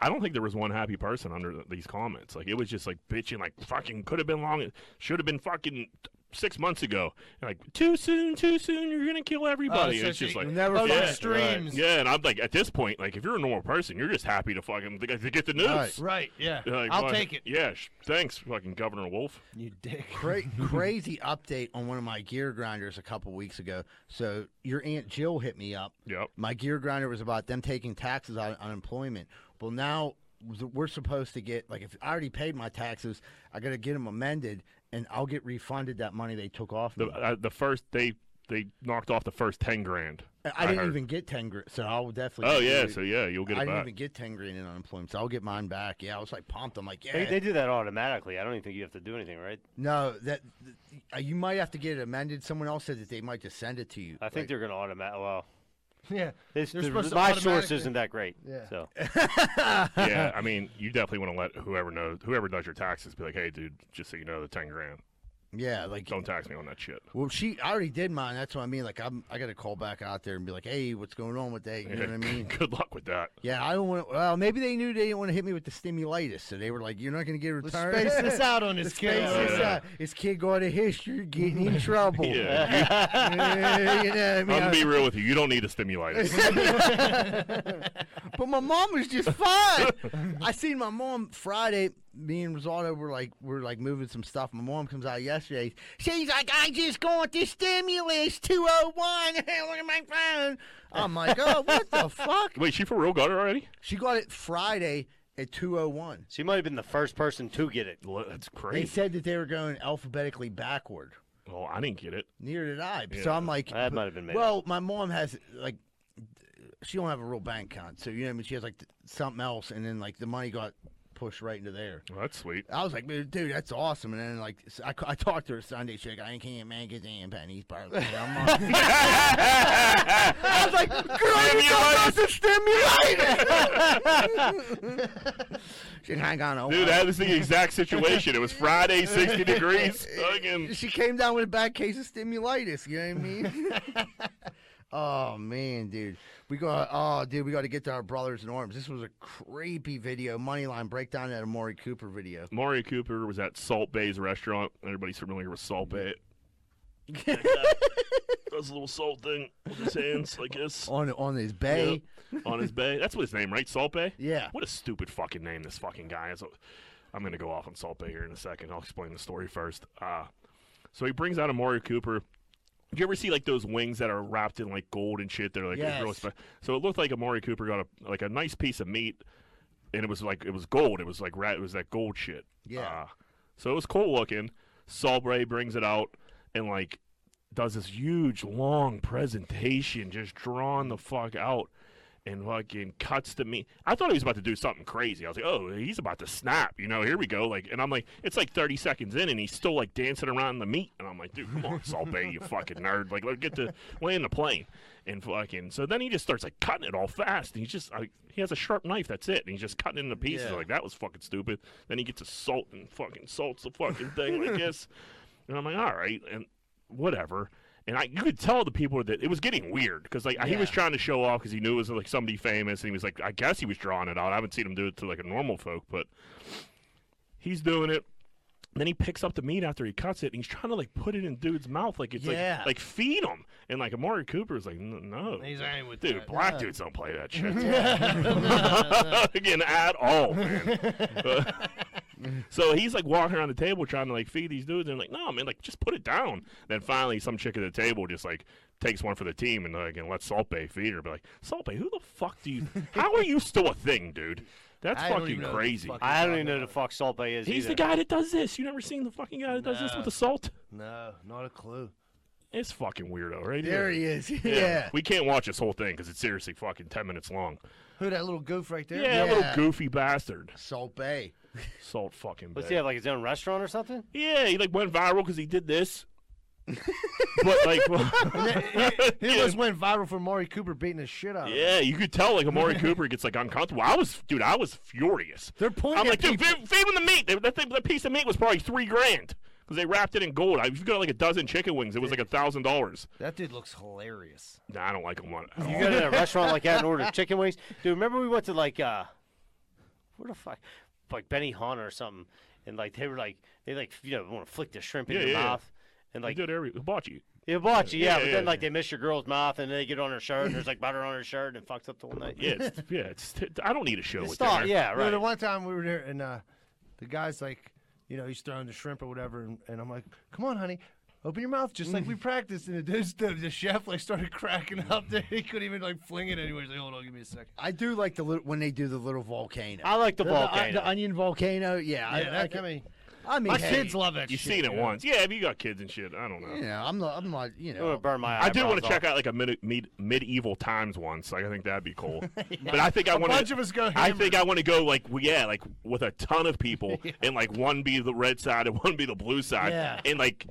I don't think there was one happy person under th- these comments. Like it was just like bitching, like fucking could have been long, should have been fucking six months ago. And, like too soon, too soon, you're gonna kill everybody.
so
and it's
she-
just like
never
Oh,
Yeah,
the
right.
streams.
yeah. And I'm like at this point, like if you're a normal person, you're just happy to fucking to get the news.
Right.
Right, yeah.
Like,
I'll
fuck-
take it.
Yeah, sh- thanks, fucking Governor Wolf.
You dick.
Cra- crazy update on one of my gear grinders a couple weeks ago. So your aunt Jill hit me up.
Yep.
My gear grinder was about them taking taxes out of unemployment. Well, now th- we're supposed to get like if I already paid my taxes, I got to get them amended, and I'll get refunded that money they took off me.
The, uh, the first they they knocked off the first ten grand.
I- I didn't
heard.
even get ten grand, so I'll definitely.
Oh
get
yeah,
paid.
so yeah, you'll get it
I didn't
back.
even get ten grand in unemployment, so I'll get mine back. Yeah, I was like pumped. I'm like, yeah,
They, they do that automatically. I don't even think you have to do anything, right?
no, that th- uh, you might have to get it amended. Someone else said that they might just send it to you.
I think they're going to automatic. Well,
[LAUGHS] Yeah.
this,
They're
the-
supposed to
my source
automatically-
isn't that great.
Yeah.
So
[LAUGHS]
yeah, I mean, you definitely want to let whoever knows whoever does your taxes be like, hey, dude, just so you know, the ten grand.
Like, yeah, like
Don't tax me on that shit.
Well, she I already did mine. That's what I mean. Like I'm, I got to call back out there and be like, "Hey, what's going on with that?" You
[LAUGHS]
know what I mean?
Good luck with that.
Yeah, I don't want. to Well, maybe they knew they didn't want to hit me with the stimulitis, so they were like, "You're not going to get a
Let's
return." [LAUGHS]
space this out on this
Space
kid.
this
Yeah.
out. This kid going to history, getting in trouble. [LAUGHS]
Yeah, you-
Yeah, you know what
I'm
I
gonna be
mean?
real with you. You don't need a stimulator.
[LAUGHS] But my mom was just fine. I seen my mom Friday. Me and Rosato were like, we're like moving some stuff. My mom comes out yesterday. She's like, I just got the stimulus 201. [LAUGHS] Look at my phone. I'm like, oh,
[LAUGHS]
what the fuck?
Wait, she for real got it already?
She got it Friday at 201.
she might have been the first person to get it.
Lo- That's
They
crazy.
said that they were going alphabetically backward.
Oh, I didn't get it.
Neither did I. So I'm like,
That might have been made up.
Well, my mom has like, she don't have a real bank account, so you know what I mean. She has like th- something else, and then like the money got pushed right into there.
Well, that's sweet.
I was like, dude, dude, that's awesome. And then like, s- I, ca- I talked to her Sunday. She's like, I can't make a damn pennies, but I'm like, [LAUGHS] I was like, girl, you got the stimulator. [LAUGHS] She's like, I got no.
Dude, that was the exact situation. It was
[LAUGHS]
Friday, 60 degrees. Fucking.
uh, she came down with a bad case of stimulitis. You know what I mean? oh man, dude, we got oh dude, we got to get to our brothers in arms. This was a creepy video, Moneyline breakdown at a Maury Cooper video.
Mario Cooper was at Salt Bay's restaurant. Everybody's familiar with Salt
[LAUGHS]
Bay. Does a little salt thing with his hands, I guess.
on on his bay.
Yep. On his bay. That's what his name, right? Salt Bay?
Yeah.
What a stupid fucking name this fucking guy is. I'm going to go off on Salt Bay here in a second. I'll explain the story first. Uh, so he brings out a Mario Cooper. Did you ever see like those wings that are wrapped in like gold and shit? They're like
Yes.
real spe- So it looked like a Mario Cooper got a like a nice piece of meat, and it was like it was gold. It was like rat. It was that gold shit.
Yeah.
Uh, so it was cool looking. Salt Bay brings it out and like does this huge long presentation, just drawing the fuck out, and fucking cuts to me. I thought he was about to do something crazy. I was like, oh, he's about to snap. You know, here we go. Like, and I'm like, it's like 30 seconds in, and he's still like dancing around the meat. And I'm like, dude, come on, Salt Bay, you fucking nerd. Like, let's get to land the plane. And fucking, so then he just starts like cutting it all fast. And he's just, like, he has a sharp knife. That's it. And he's just cutting it into pieces.
Yeah.
Like, that was fucking stupid. Then he gets a salt and fucking salts the fucking thing, I guess. And I'm like, all right, and whatever. And I, you could tell the people that it was getting weird because like he was
Yeah.
trying to show off because he knew it was like somebody famous, and he was like, I guess he was drawing it out. I haven't seen him do it to like a normal folk, but he's doing it. Then he picks up the meat after he cuts it, and he's trying to like put it in dude's mouth, like it's
Yeah.
like like feed him. And like Amari Cooper is like, "N- no,
He's like, I ain't with
dude,
that."
black dudes don't play that
[LAUGHS]
shit [LAUGHS] again at all, man. [LAUGHS] So he's like walking around the table trying to like feed these dudes, and like, no, man, like just put it down. Then finally, some chick at the table just like takes one for the team and like and lets Salt Bay feed her. But like, Salt Bay, who the fuck
[LAUGHS]
do you? How are you still a thing, dude? That's
I don't
fucking
even know who the
crazy.
fuck
I don't even know who the fuck Salt Bay is.
He's
either.
the guy that does this. You never seen the fucking guy that does this
No.
with the salt?
No, not a clue.
It's fucking weirdo, right?
There
here.
he is. [LAUGHS] Yeah.
We can't watch this whole thing because it's seriously fucking ten minutes long.
Who that little goof right there?
Yeah,
Yeah.
little goofy bastard.
Salt Bay.
Salt fucking.
What's
Bay.
he have like his own restaurant or something?
Yeah, he like went viral because he did
[LAUGHS]
this. but like, [LAUGHS]
He just went viral for Maury Cooper beating the shit out of him.
yeah, you could tell like Amari Cooper gets like uncomfortable. I was, dude, I was furious.
They're pointing
I'm like,
at
dude, feed, feed him the meat. That, that, thing, that piece of meat was probably three grand because they wrapped it in gold. I, if you got like a dozen chicken wings, it was like a thousand dollars.
That dude looks hilarious.
Nah, I don't like him. One at all.
You go to a restaurant like that and order chicken wings. Dude, remember we went to like uh where the fuck like Benny Hanna or something and like they were like they like you know want to flick the shrimp in
Yeah,
your
yeah, yeah.
mouth. And
Like,
like
dude, every hibachi.
hibachi, yeah,
yeah,
but
yeah,
then like they miss your girl's mouth and they get on her shirt and there's like butter on her shirt and it fucks up the whole night.
Yeah, it's, yeah. It's, I don't need a show
[LAUGHS] It's
with
thought,
dinner.
yeah,
Right.
right.
The one time we were there, and uh, the guy's like, you know, he's throwing the shrimp or whatever, and, and I'm like, come on, honey, Open your mouth, just like
Mm.
we practiced. And the, dude's- the, the chef like started cracking up there. He couldn't even like fling it anywhere. He's like, hold on, give me a second.
I do like the little, when they do the little volcano.
I like the
the, uh,
volcano.
the onion volcano. Yeah,
Yeah,
I, I,
that, I
can-
mean,
I mean,
my
hey,
kids love that.
You've
shit,
seen it
dude.
once. Yeah, if you got kids and shit, I don't know.
You know, I'm not. I'm not. You
I'm gonna
know.
burn my
I do want to check
out.
out like a mid, mid, medieval times once. Like I think that'd be
[LAUGHS]
cool. But I think I
A
want
bunch of us go.
I
hammered.
think I want to go like w- yeah, like with a ton of
[LAUGHS]
people, and like one be the red side and [LAUGHS] one be the blue side,
Yeah.
and like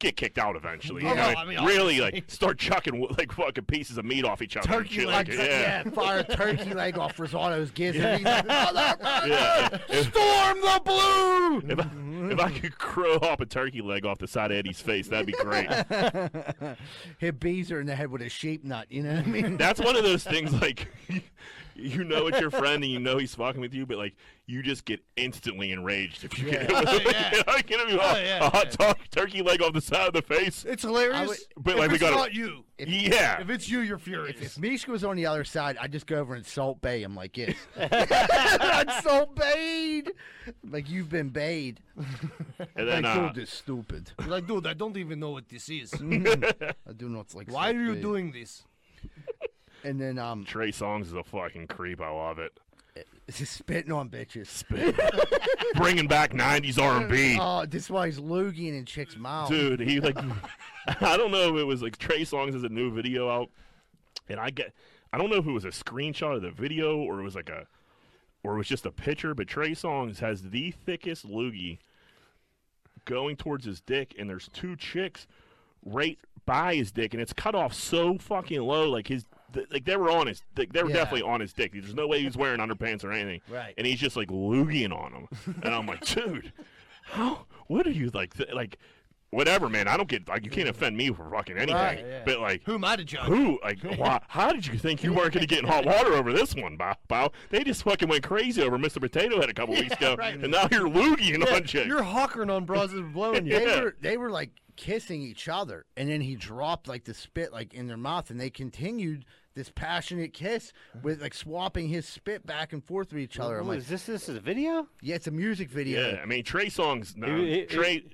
get kicked out eventually. You
Oh,
know?
well,
like,
I mean,
really like start chucking w- like fucking pieces of meat off each other. and
Turkey
shit like,
legs,
that. yeah.
yeah, fire a turkey leg off Rosado's gizzard. "Oh,
[LAUGHS]
yeah. If,
Storm the blue.
if I, if I could [LAUGHS] crow hop a turkey leg off the side of Eddie's face, that'd be great.
Hit Beezer in the head with a sheep nut. You know what
[LAUGHS]
I mean?
That's one of those things like [LAUGHS] you know it's your friend and you know he's fucking with you, but like you just get instantly enraged if you get [LAUGHS] hit with
Yeah.
I get him a,
Oh, yeah,
a hot
yeah.
dog turkey leg off the side of the face.
It's hilarious.
I would-
But,
if
like, we
it's
gotta-
not you.
yeah.
If it's you, you're
If, if
furious.
Mishka was on the other side, I'd just go over and salt bay him like yes. I'd salt bayed. Like you've been bayed.
and
Like
then uh,
you're just stupid.
[LAUGHS] like, dude, I don't even know what
[LAUGHS]
this is.
I do not like
Why are you
self-bathe.
doing this?
And then um [LAUGHS]
Trey Songs is a fucking creep. I love it.
spitting on bitches.
Bringing back '90s R&B,
Oh, this is why he's loogying in chicks' mouths.
dude. He
[LAUGHS]
like, [LAUGHS] I don't know if it was like Trey Songs has a new video out, and I get, I don't know if it was a screenshot of the video or it was like a, or it was just a picture. But Trey Songs has the thickest loogie going towards his dick, and there's two chicks right by his dick, and it's cut off so fucking low, like his. th- Like they were on his, dick. they were
Yeah.
definitely on his dick. There's no way he's wearing underpants or anything.
Right.
And he's just like loogying on him, and I'm like, [LAUGHS] dude, how? What are you like? Th- like, whatever, man. I don't get like you can't offend me for fucking anything.
Right, yeah.
But like,
Who am I to judge?
who?
[LAUGHS]
Like, why, how did you think you weren't going to get in hot water over this one, Bow? Bow? They just fucking went crazy over Mr. Potato Head a couple weeks ago, and now you're loogying on chicks.
You're hawking on bras that are blowing you.
They
Yeah.
were they were like kissing each other, and then he dropped like the spit like in their mouth, and they continued this passionate kiss with like swapping his spit back and forth with each other. I'm
Ooh,
like,
is this this is a video?
yeah, it's a music video.
Yeah, I mean Trey Songs. No,
He- he-
Trey.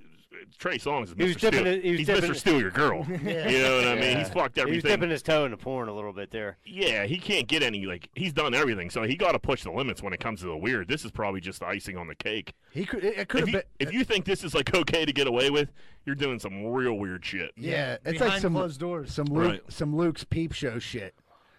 Trey Songs is
He was
Mr. Steal.
dipping it- he was
He's
dipping
Mr.
it-
Steal Your
[LAUGHS]
Girl. You know what I mean? He's fucked
He was
everything.
dipping his toe in the porn a little bit there.
yeah, he can't get any. Like he's done everything, so he got to push the limits when it comes to the weird. This is probably just the icing on the cake.
He could it, it could
If
have
you,
been.
if you think this is like okay to get away with, you're doing some real weird shit.
yeah, it's like
Behind
some
closed doors.
some Luke,
Right.
some Luke's peep show shit.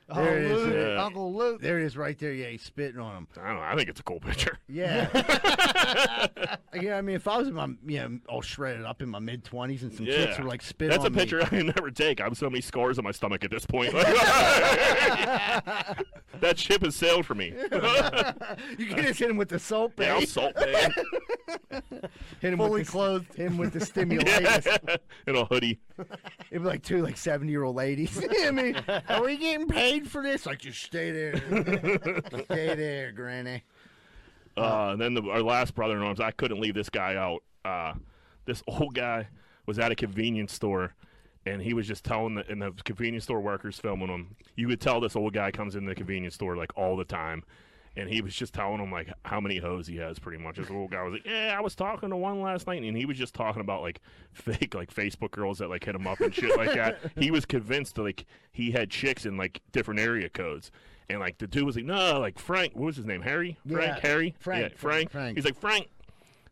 Oh,
There it is.
Luke,
Yeah.
Uncle Luke.
There it is, right there. Yeah, he's spitting on him.
I don't know. I think it's a cool
[LAUGHS]
picture. [LAUGHS]
Yeah. Like, yeah, I mean, if I was in my, you know, all shredded up in my mid twenties and some
Yeah,
chicks were like spitting.
That's a
on me,
picture I can never take. I have so many scars on my stomach at this
[LAUGHS]
point. [LAUGHS] that ship has sailed for me.
[LAUGHS]
yeah,
You can just hit him with the salt bay.
I'm salt man.
hit him
Fully
with the,
clothed.
Hit him with [LAUGHS] the stimulator.
Yeah. [LAUGHS] In a hoodie.
It'd be like two like seventy year old ladies. [LAUGHS] I mean, are we getting paid for this? Like, just stay [LAUGHS] there. stay there, Granny.
Uh, and then the, our last brother in arms, I couldn't leave this guy out. Uh, this [LAUGHS] old guy was at a convenience store, and he was just telling the and the convenience store workers filming him. You could tell this old guy comes into the convenience store like all the time, and he was just telling them like how many hoes he has, pretty much. This old guy was like, "Yeah, I was talking to one last night," and he was just talking about like [LAUGHS] fake like Facebook girls that like hit him up and shit like that. He was convinced that like he had chicks in like different area codes. And like the dude was like, no, like Frank, what was his name? Harry? Frank?
Yeah.
Harry?
Frank,
Yeah,
Frank,
Frank.
Frank.
He's like, Frank,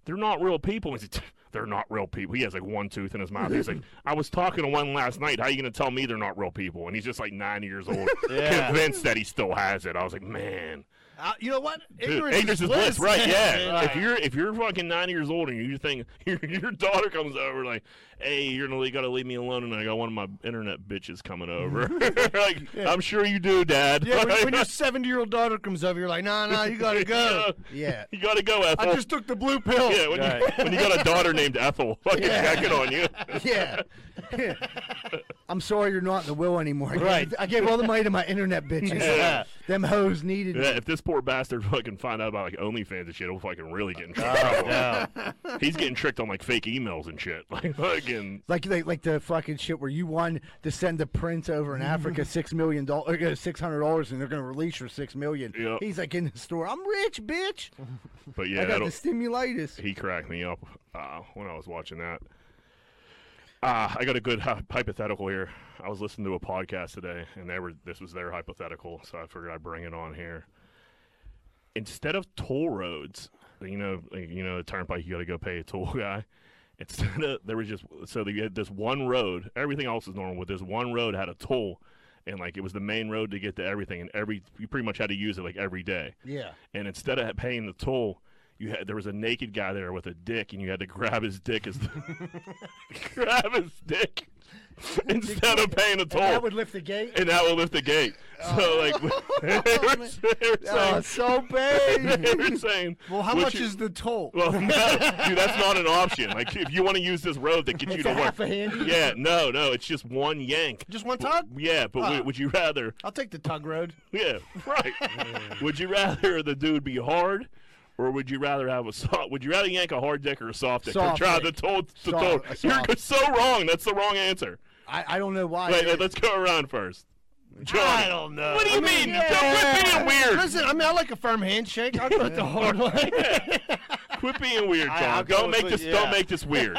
they're not real people. He's like, [LAUGHS] they're not real people. He has like one tooth in his mouth.
[LAUGHS]
He's like, I was talking to one last night. How you going to tell me they're not real people? And he's just like 90 years
[LAUGHS]
old,
Yeah.
convinced that he still has it. I was like, man.
Uh, you know what?
Dude, ignorance, is bliss, right?
man.
Yeah. If you're if you're fucking nine years old and you think [LAUGHS] your, your daughter comes over like, hey, you're gonna gotta leave me alone, and I got one of my internet bitches coming over. [LAUGHS] like,
[LAUGHS]
I'm sure you do, Dad.
Yeah,
[LAUGHS]
when, when your 70 year old daughter comes over, you're like, nah, nah, you gotta go.
Yeah.
you gotta go, Ethel.
I just took the blue pill.
[LAUGHS] Yeah, when,
Right.
you, when you got a daughter named Ethel, [LAUGHS] fucking
Yeah.
checking on
[LAUGHS]
you.
Yeah. I'm sorry you're not in the will anymore. I gave-
Right.
I gave all the money to my internet [LAUGHS] bitches.
Yeah.
Them hoes needed me.
Yeah, if this poor bastard fucking find out about like OnlyFans and shit, he'll fucking really
Oh,
get in trouble. He's getting tricked on like fake emails and shit. [LAUGHS] Like fucking
Like, like like the fucking shit where you won to send the prince over in [LAUGHS] Africa six million dollars, six hundred dollars, and they're gonna release your six million.
Yep.
He's like in the store. I'm rich, [LAUGHS] bitch.
But
I
yeah,
got
that'll,
the stimulitis.
he cracked me up uh, when I was watching that. Ah, I got a good hy- hypothetical here. I was listening to a podcast today, and they were this was their hypothetical, so I figured I'd bring it on here. Instead of toll roads, you know, like, you know, the turnpike, you got to go pay a toll [LAUGHS] guy. Instead of there was just so they had this one road. Everything else is normal, but this one road had a toll, and like it was the main road to get to everything, and every you pretty much had to use it like every day
Yeah.
and instead of paying the toll, you had there was a naked guy there with a dick, and you had to grab his dick
[LAUGHS]
as the, grab his dick instead of paying a toll,
That would Uh, lift
[LAUGHS]
the gate.
and that will lift the gate. So
[LAUGHS]
like [LAUGHS] they were, they were
Oh,
saying,
it's so
[LAUGHS]
bad.
they
[LAUGHS]
were saying,
Well, how
would
much
you-
is the toll?
[LAUGHS] well, no, dude, that's not an option. Like, if you want to use this road
[LAUGHS]
that gets you
It's
to
a half
work,
a handy.
yeah, no, no, it's just one yank.
Just one tug?
Yeah, but would-
Ah.
would you rather
I'll take the tug road.
yeah, [LAUGHS] right. would you rather the dude be hard, or would you rather have a soft? Would you rather yank a hard dick or a soft dick?
Soft
Try the
dick.
told the
Soft-
told.
a
You're
soft.
go- so wrong. That's the wrong answer.
I, I don't know why.
Wait, wait, let's go around first.
I
Johnny,
don't know.
what do you
I mean,
mean? Don't quit being weird. [LAUGHS]
Listen, I mean, I like a firm handshake. I'll go with the hard one.
Quit being weird,
I-
John.
I'll go
Don't make
with-
this.
yeah.
Don't make this weird.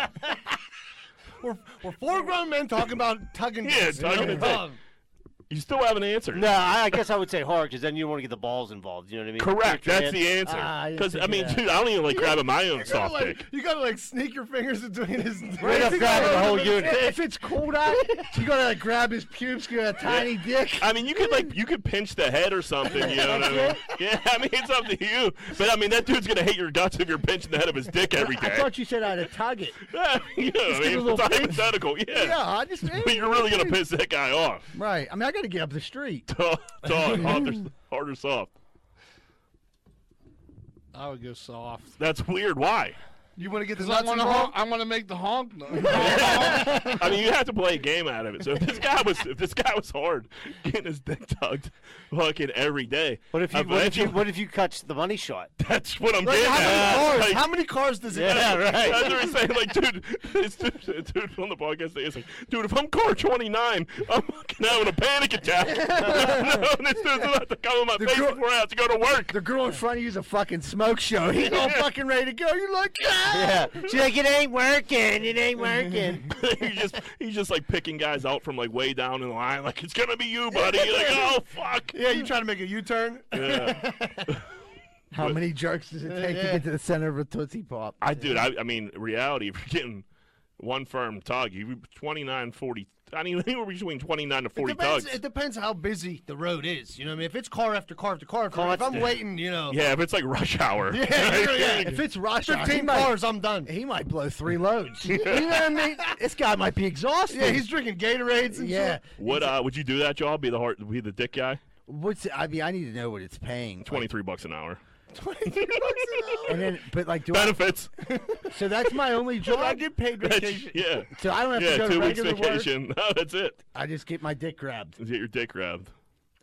[LAUGHS] We're, we're four grown men talking about tugging.
Yeah,
dicks, you
tugging
know?
a dick. You still haven't answered.
No, I, I guess I would say hard because then you want to get the balls involved. You know what I mean?
Correct.
Put your
That's
hand-
the answer.
Ah, I didn't
Because I
think of
mean,
that.
dude, I don't even like grabbing my own
You gotta,
soft
like,
dick.
you gotta like sneak your fingers between his.
Right up
[LAUGHS]
grabbing the whole unit.
if it's cold out, you gotta like, grab his pubes, get a tiny dick.
I mean, you could like you could pinch the head or something. You know what I
[LAUGHS]
mean? Yeah, I mean it's up to you. But I mean that dude's gonna hate your guts if you're pinching the head of his dick every
[LAUGHS] I
day.
thought you said I had to tug it.
[LAUGHS]
[LAUGHS]
Yeah, you know, I
give it a
mean,
little
it's hypothetical. Yeah.
Yeah, I just.
But you're really gonna piss that guy off. [LAUGHS]
Right. I mean, I gotta get up the street.
Dog, dog, hard or- hard or soft.
I would go soft.
That's weird. Why? [LAUGHS]
You want to get the
'Cause I
nuts
want to
involved?
honk. I want to make the
[LAUGHS]
honk noise.
I mean, you have to play a game out of it. So if this guy was if this guy was hard getting his dick tugged, fucking every day.
What if you?
I
What if you?
bet you- [LAUGHS]
What if you catch the money shot?
That's what I'm
Like,
getting
how many
at.
cars?
Like,
how many cars does it?
Yeah, right.
That's what I'm saying. Like, dude, this dude, dude on the podcast is like, dude, if I'm car 29, I'm fucking having a panic attack. [LAUGHS] no, this dude's about to come in my face
girl-
before I have to go to work. [LAUGHS]
The girl in front of you's a fucking smoke show. He's all fucking ready to go. You're like, ah!
Yeah. She's like, it ain't working. It
[LAUGHS]
ain't working.
he's just, he's just like picking guys out from like way down in the line. Like, it's gonna be you, buddy. You're like, oh fuck.
Yeah, you try to make a U-turn.
Yeah.
How many jerks does it take to get to the center of a Tootsie Pop?
I,
[LAUGHS]
dude, I, I mean, reality, if you're getting one firm tug, you 29, 40. I mean, [LAUGHS] anywhere between 29 to 40
Depends,
tugs.
it depends how busy the road is. You know what I mean? If it's car after car after car, after, if I'm waiting, you know,
Yeah, if it's like rush hour.
Yeah,
[LAUGHS]
yeah,
If it's rush hour, he
fifteen
might,
cars, I'm done.
he might blow
[LAUGHS]
three loads. you know what I mean? This guy might be exhausted.
Yeah, he's drinking Gatorades and
yeah.
shit.
What uh, would you do that job? Be the heart, be the dick guy.
What's I mean? I need to know what it's paying. Like,
Twenty three bucks an hour.
and then, but like, do
[LAUGHS]
I, [LAUGHS]
Benefits.
so that's my
[LAUGHS]
only job.
I get paid vacation.
[LAUGHS]
yeah,
so I don't have to
yeah.
go to
Two weeks
regular work.
vacation. [LAUGHS] No, that's it.
I just get my dick grabbed.
Get your dick grabbed.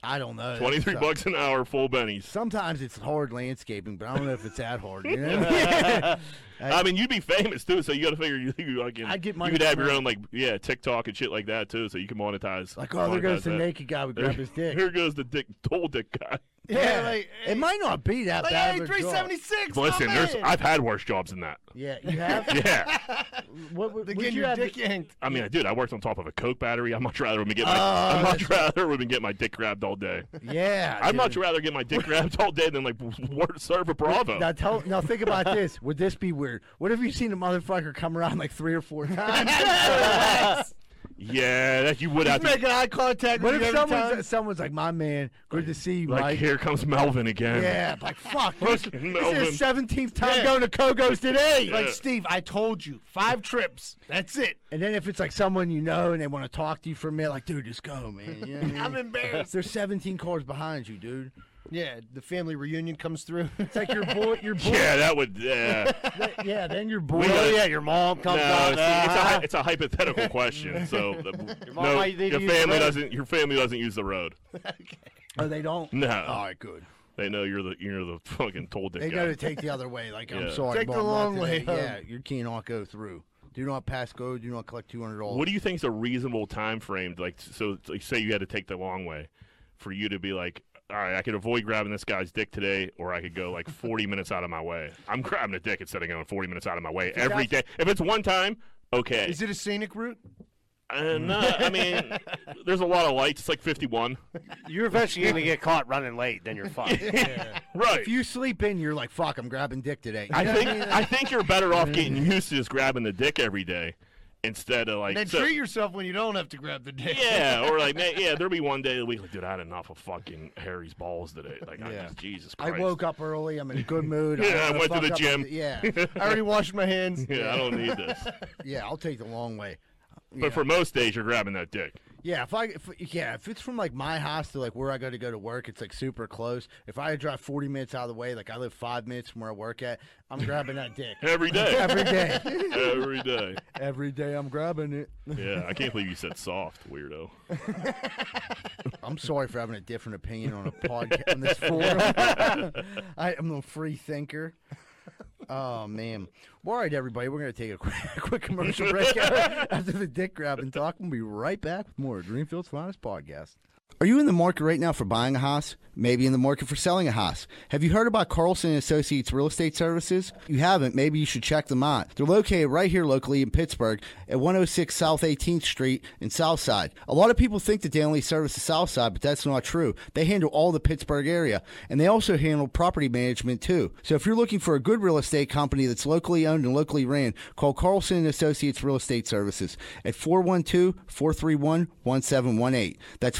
I don't know.
Twenty three
So-
bucks an hour, full bennies.
Sometimes it's hard landscaping, but I don't know if it's that hard.
[LAUGHS]
You know? yeah.
I mean, you'd be famous too, so you got to figure you, you like.
I'd get
You
money
could have
from
your
that.
own like yeah TikTok and shit like that too, so you can monetize.
[LAUGHS] Like, oh, there goes
monetize
the
that.
naked guy with grab his dick.
Here goes the dick, toll dick guy.
Yeah, like, eh,
it might not be that
like
bad.
hey,
of a job.
three seventy six.
Listen, there's I've had worse jobs than that.
Yeah, you have. [LAUGHS]
Yeah,
what would,
[LAUGHS] They're
would
getting
you
your
have?
dick yanked.
I mean, dude, I worked on top of a coke battery. I'd much rather would get my I'd much rather would get my dick grabbed all day.
Yeah,
I'd
dude.
much rather get my dick grabbed all day than like [LAUGHS] work serve a Bravo.
Now tell. Now think about this. Would this be weird? What if you seen a motherfucker come around like three or four
[LAUGHS]
times?
Yeah, that you would
He's
have to.
making eye contact
what
with
if
you every
someone's,
time.
someone's like, "My man, good to see you,
Like,
Mike."
here comes Melvin again.
Yeah, like
[LAUGHS]
fuck. This, this is
Melvin.
his seventeenth time
Yeah.
going to Kogo's today.
Like
Yeah.
Steve, I told you, five trips. That's it.
And then if it's like someone you know and they want to talk to you for a minute, like, dude, just go, man.
[LAUGHS]
You know what I
I'm
mean?
embarrassed.
There's 17 cars behind you, dude.
yeah, the family reunion comes through. [LAUGHS]
It's like your boy, your boy.
Yeah, that would. Yeah.
th- yeah, then your boy.
We
Oh
gotta-
yeah, your mom
no,
comes
it's,
out.
it's a,
uh,
hy- it's a hypothetical question. So, the,
mom
no,
might need to
your
use the
family
road.
doesn't. Your family doesn't use the road.
Oh, they don't.
No,
All right, good.
they know you're the you're the fucking toll dick
They
guy.
know to take the other way. Like, I'm
Yeah.
sorry,
Take the
Mom, not
long way
today.
home.
[LAUGHS] Yeah, you cannot go through. Do not pass go. Do not collect 200 dollars.
What do you think is a reasonable time frame? Like, so like, say you had to take the long way, for you to be like, all right, I could avoid grabbing this guy's dick today, or I could go like 40 minutes out of my way. I'm grabbing a dick instead of going 40 minutes out of my way every day. If it's one time, okay.
Is it a scenic route?
Uh, no, I mean, there's a lot of lights. It's like 51.
You're
[LAUGHS]
eventually going to get caught running late, then you're fucked.
Right.
If you sleep in, you're like, fuck, I'm grabbing dick today.
I think I think you're better off getting used to just grabbing the dick every day instead of like.
Then
so-
treat yourself when you don't have to grab the dick.
[LAUGHS] yeah, or like, man, yeah, there'll be one day of the week, like, dude, I had enough of fucking Harry's balls today. Like, I
Yeah.
just, Jesus
I
Christ.
woke up early. I'm in
[LAUGHS]
a good mood. I
Yeah,
don't
I
wanna
went to
fuck
the
up.
gym. [LAUGHS]
Yeah,
[LAUGHS] I already washed my hands.
Yeah, I don't need this.
[LAUGHS] yeah, I'll take the long way. Yeah.
But for most days, you're grabbing that dick.
Yeah, if I if, yeah, if it's from like my house to like where I got to go to work, it's like super close. If I drive 40 minutes out of the way, like I live five minutes from where I work at, I'm grabbing
[LAUGHS]
that dick
Every day.
[LAUGHS] every day.
every day.
every day I'm grabbing it.
Yeah, I can't believe you said soft, weirdo.
[LAUGHS] I'm sorry for having a different opinion on a podcast on this forum. [LAUGHS] I am a free thinker. Oh man! Well, all right, everybody, we're gonna take a quick, [LAUGHS] quick commercial break [LAUGHS] after the dick grabbing talk. We'll be right back with more Dreamfield's Finest podcast. Are you in the market right now for buying a house? Maybe in the market for selling a house? Have you heard about Carlson and Associates Real Estate Services? If you haven't, maybe you should check them out. They're located right here locally in Pittsburgh at 106 South 18th Street in Southside. A lot of people think that they only service the Southside, but that's not true. They handle all the Pittsburgh area, and they also handle property management too. So if you're looking for a good real estate company that's locally owned and locally ran, call Carlson and Associates Real Estate Services at 412-431-1718. That's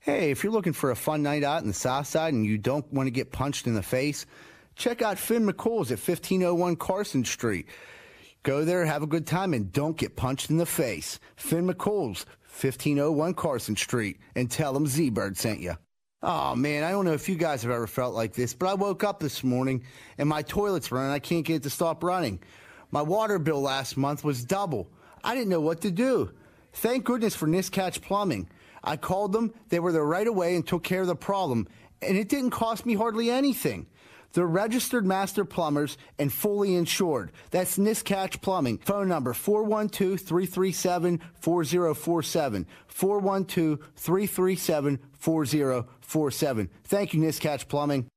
Hey, if you're looking for a fun night out in the South Side and you don't want to get punched in the face, check out Finn McCool's at 1501 Carson Street. Go there, have a good time, and don't get punched in the face. Finn McCool's, 1501 Carson Street, and tell them Z-Bird sent you. Oh man, I don't know if you guys have ever felt like this, but I woke up this morning and my toilet's running. I can't get it to stop running. My water bill last month was double. I didn't know what to do. Thank goodness for Niscatch Plumbing. I called them, they were there right away and took care of the problem, and it didn't cost me hardly anything. They're registered master plumbers and fully insured. That's Niscatch Plumbing. Phone number 412 337 4047. 412 337 4047. Thank you, Niscatch Plumbing.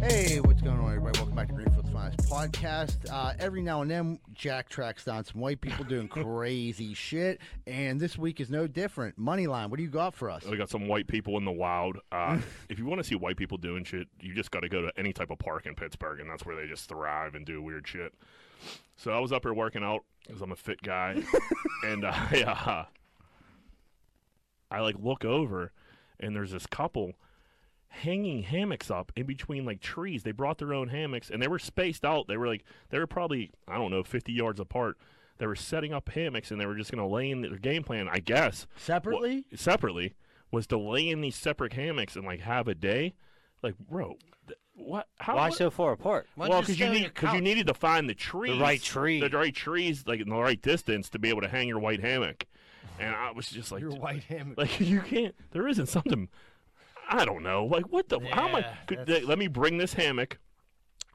Hey, what's going on, everybody? Welcome back to Greenfield's Finest Podcast. Uh, every now and then, Jack tracks down some white people [LAUGHS] doing crazy shit, and this week is no different. Moneyline, what do you got for us?
We got some white people in the wild.
[LAUGHS]
Uh, if you want to see white people doing shit, you just got to go to any type of park in Pittsburgh, and that's where they just thrive and do weird shit. So I was up here working out because I'm a fit
[LAUGHS]
guy, and I, uh, [LAUGHS] I like look over, and there's this couple hanging hammocks up in between like trees. They brought their own hammocks, and they were spaced out. They were like they were probably I don't know 50 yards apart. They were setting up hammocks, and they were just gonna lay in their game plan, I guess
Separately?
wa- separately was to lay in these separate hammocks and like have a day. Like, bro, th- what? How?
Why
what-
so far apart?
Why don't
Well, because
just stay
you
on
need
your
because you
couch?
needed to find the trees,
tree.
the right trees, like in the right distance to be able to hang your white hammock. And I was just like,
[LAUGHS] Your
dude,
white
[LAUGHS]
hammock.
like you can't. There isn't something. I don't know. Like what the? how am I?
Yeah,
Could,
that's-
let me bring this hammock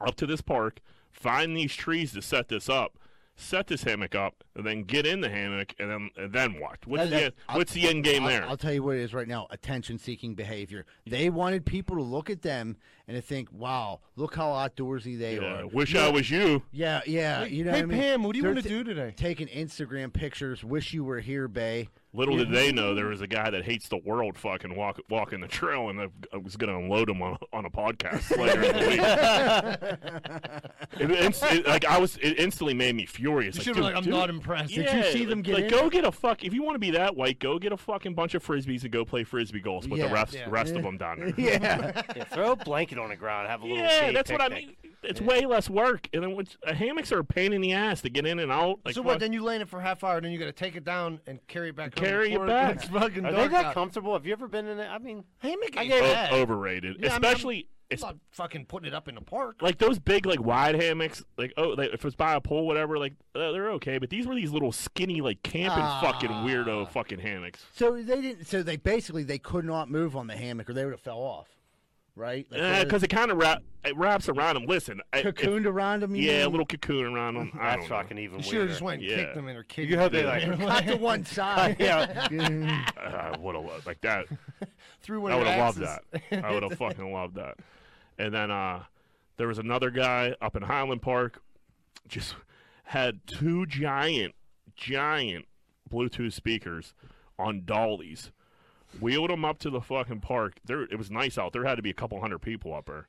up to this park, find these trees to set this up, set this hammock up, and then get in the hammock, and then and then what? What's
That-
the end, what's the end game
I'll,
there?
I'll tell you what it is right now attention seeking behavior. They wanted people to look at them and to think, wow, look how outdoorsy they
Yeah,
are.
wish I was you.
Yeah, yeah. you know
hey,
what I mean?
Pam, what do you
They're
wanna
ta-
do today?
Taking Instagram pictures. Wish you were here, Bay.
Little did they know there was a guy that hates the world fucking walk, walking the trail, and I was going to unload him on, on a
[LAUGHS]
podcast later in the week. It inst- it- like I was, it instantly made me furious.
You
Like,
should
dude,
be like, I'm
dude,
not impressed.
yeah, like, Go get a fuck. If you want to be that white, go get a fucking bunch of frisbees and go play frisbee golf with
Yeah,
the rest,
[LAUGHS] yeah.
rest of them down there.
Yeah.
Yeah, throw a blanket on the ground, have a little.
Yeah,
shade
that's what I
picnic.
mean. it's way less work. And then what's- uh, hammocks are a pain in the ass to get in and out. Like,
so what?
fuck-
Then you laying it for half hour, then you got to take it down and carry it back. home
Carry it
before
back.
gets [LAUGHS] fucking
Are they
dark
that
out.
comfortable? Have you ever been in it? I mean,
Hammock
I
ain't
get it.
bad.
o- overrated,
Yeah, I mean, I'm-
especially.
It's not fucking putting it up in the park.
like those big like wide hammocks like oh they, if it's by a pool whatever like uh, they're okay but these were these little skinny like camping
Ah.
fucking weirdo fucking hammocks
So they didn't. So they basically they could not move on the hammock, or they would have fell off, right? Like, they would've
because Uh, it kind of wrap it wraps around them listen I, if-
cocooned around them.
yeah a little cocoon around
[LAUGHS]
them I
that's
don't know.
fucking even
You
weirder.
should have just went and
Yeah.
kicked them in her kid.
You hope they like,
Not to one side.
yeah,
[LAUGHS] uh, what a lo- like that
threw one
I
of
would
her
have loved
axes.
that I would have fucking loved that and then uh there was another guy up in Highland Park just had two giant giant Bluetooth speakers on dollies. wheeled them up to the fucking park. There, it was nice out. There had to be a couple hundred people up there.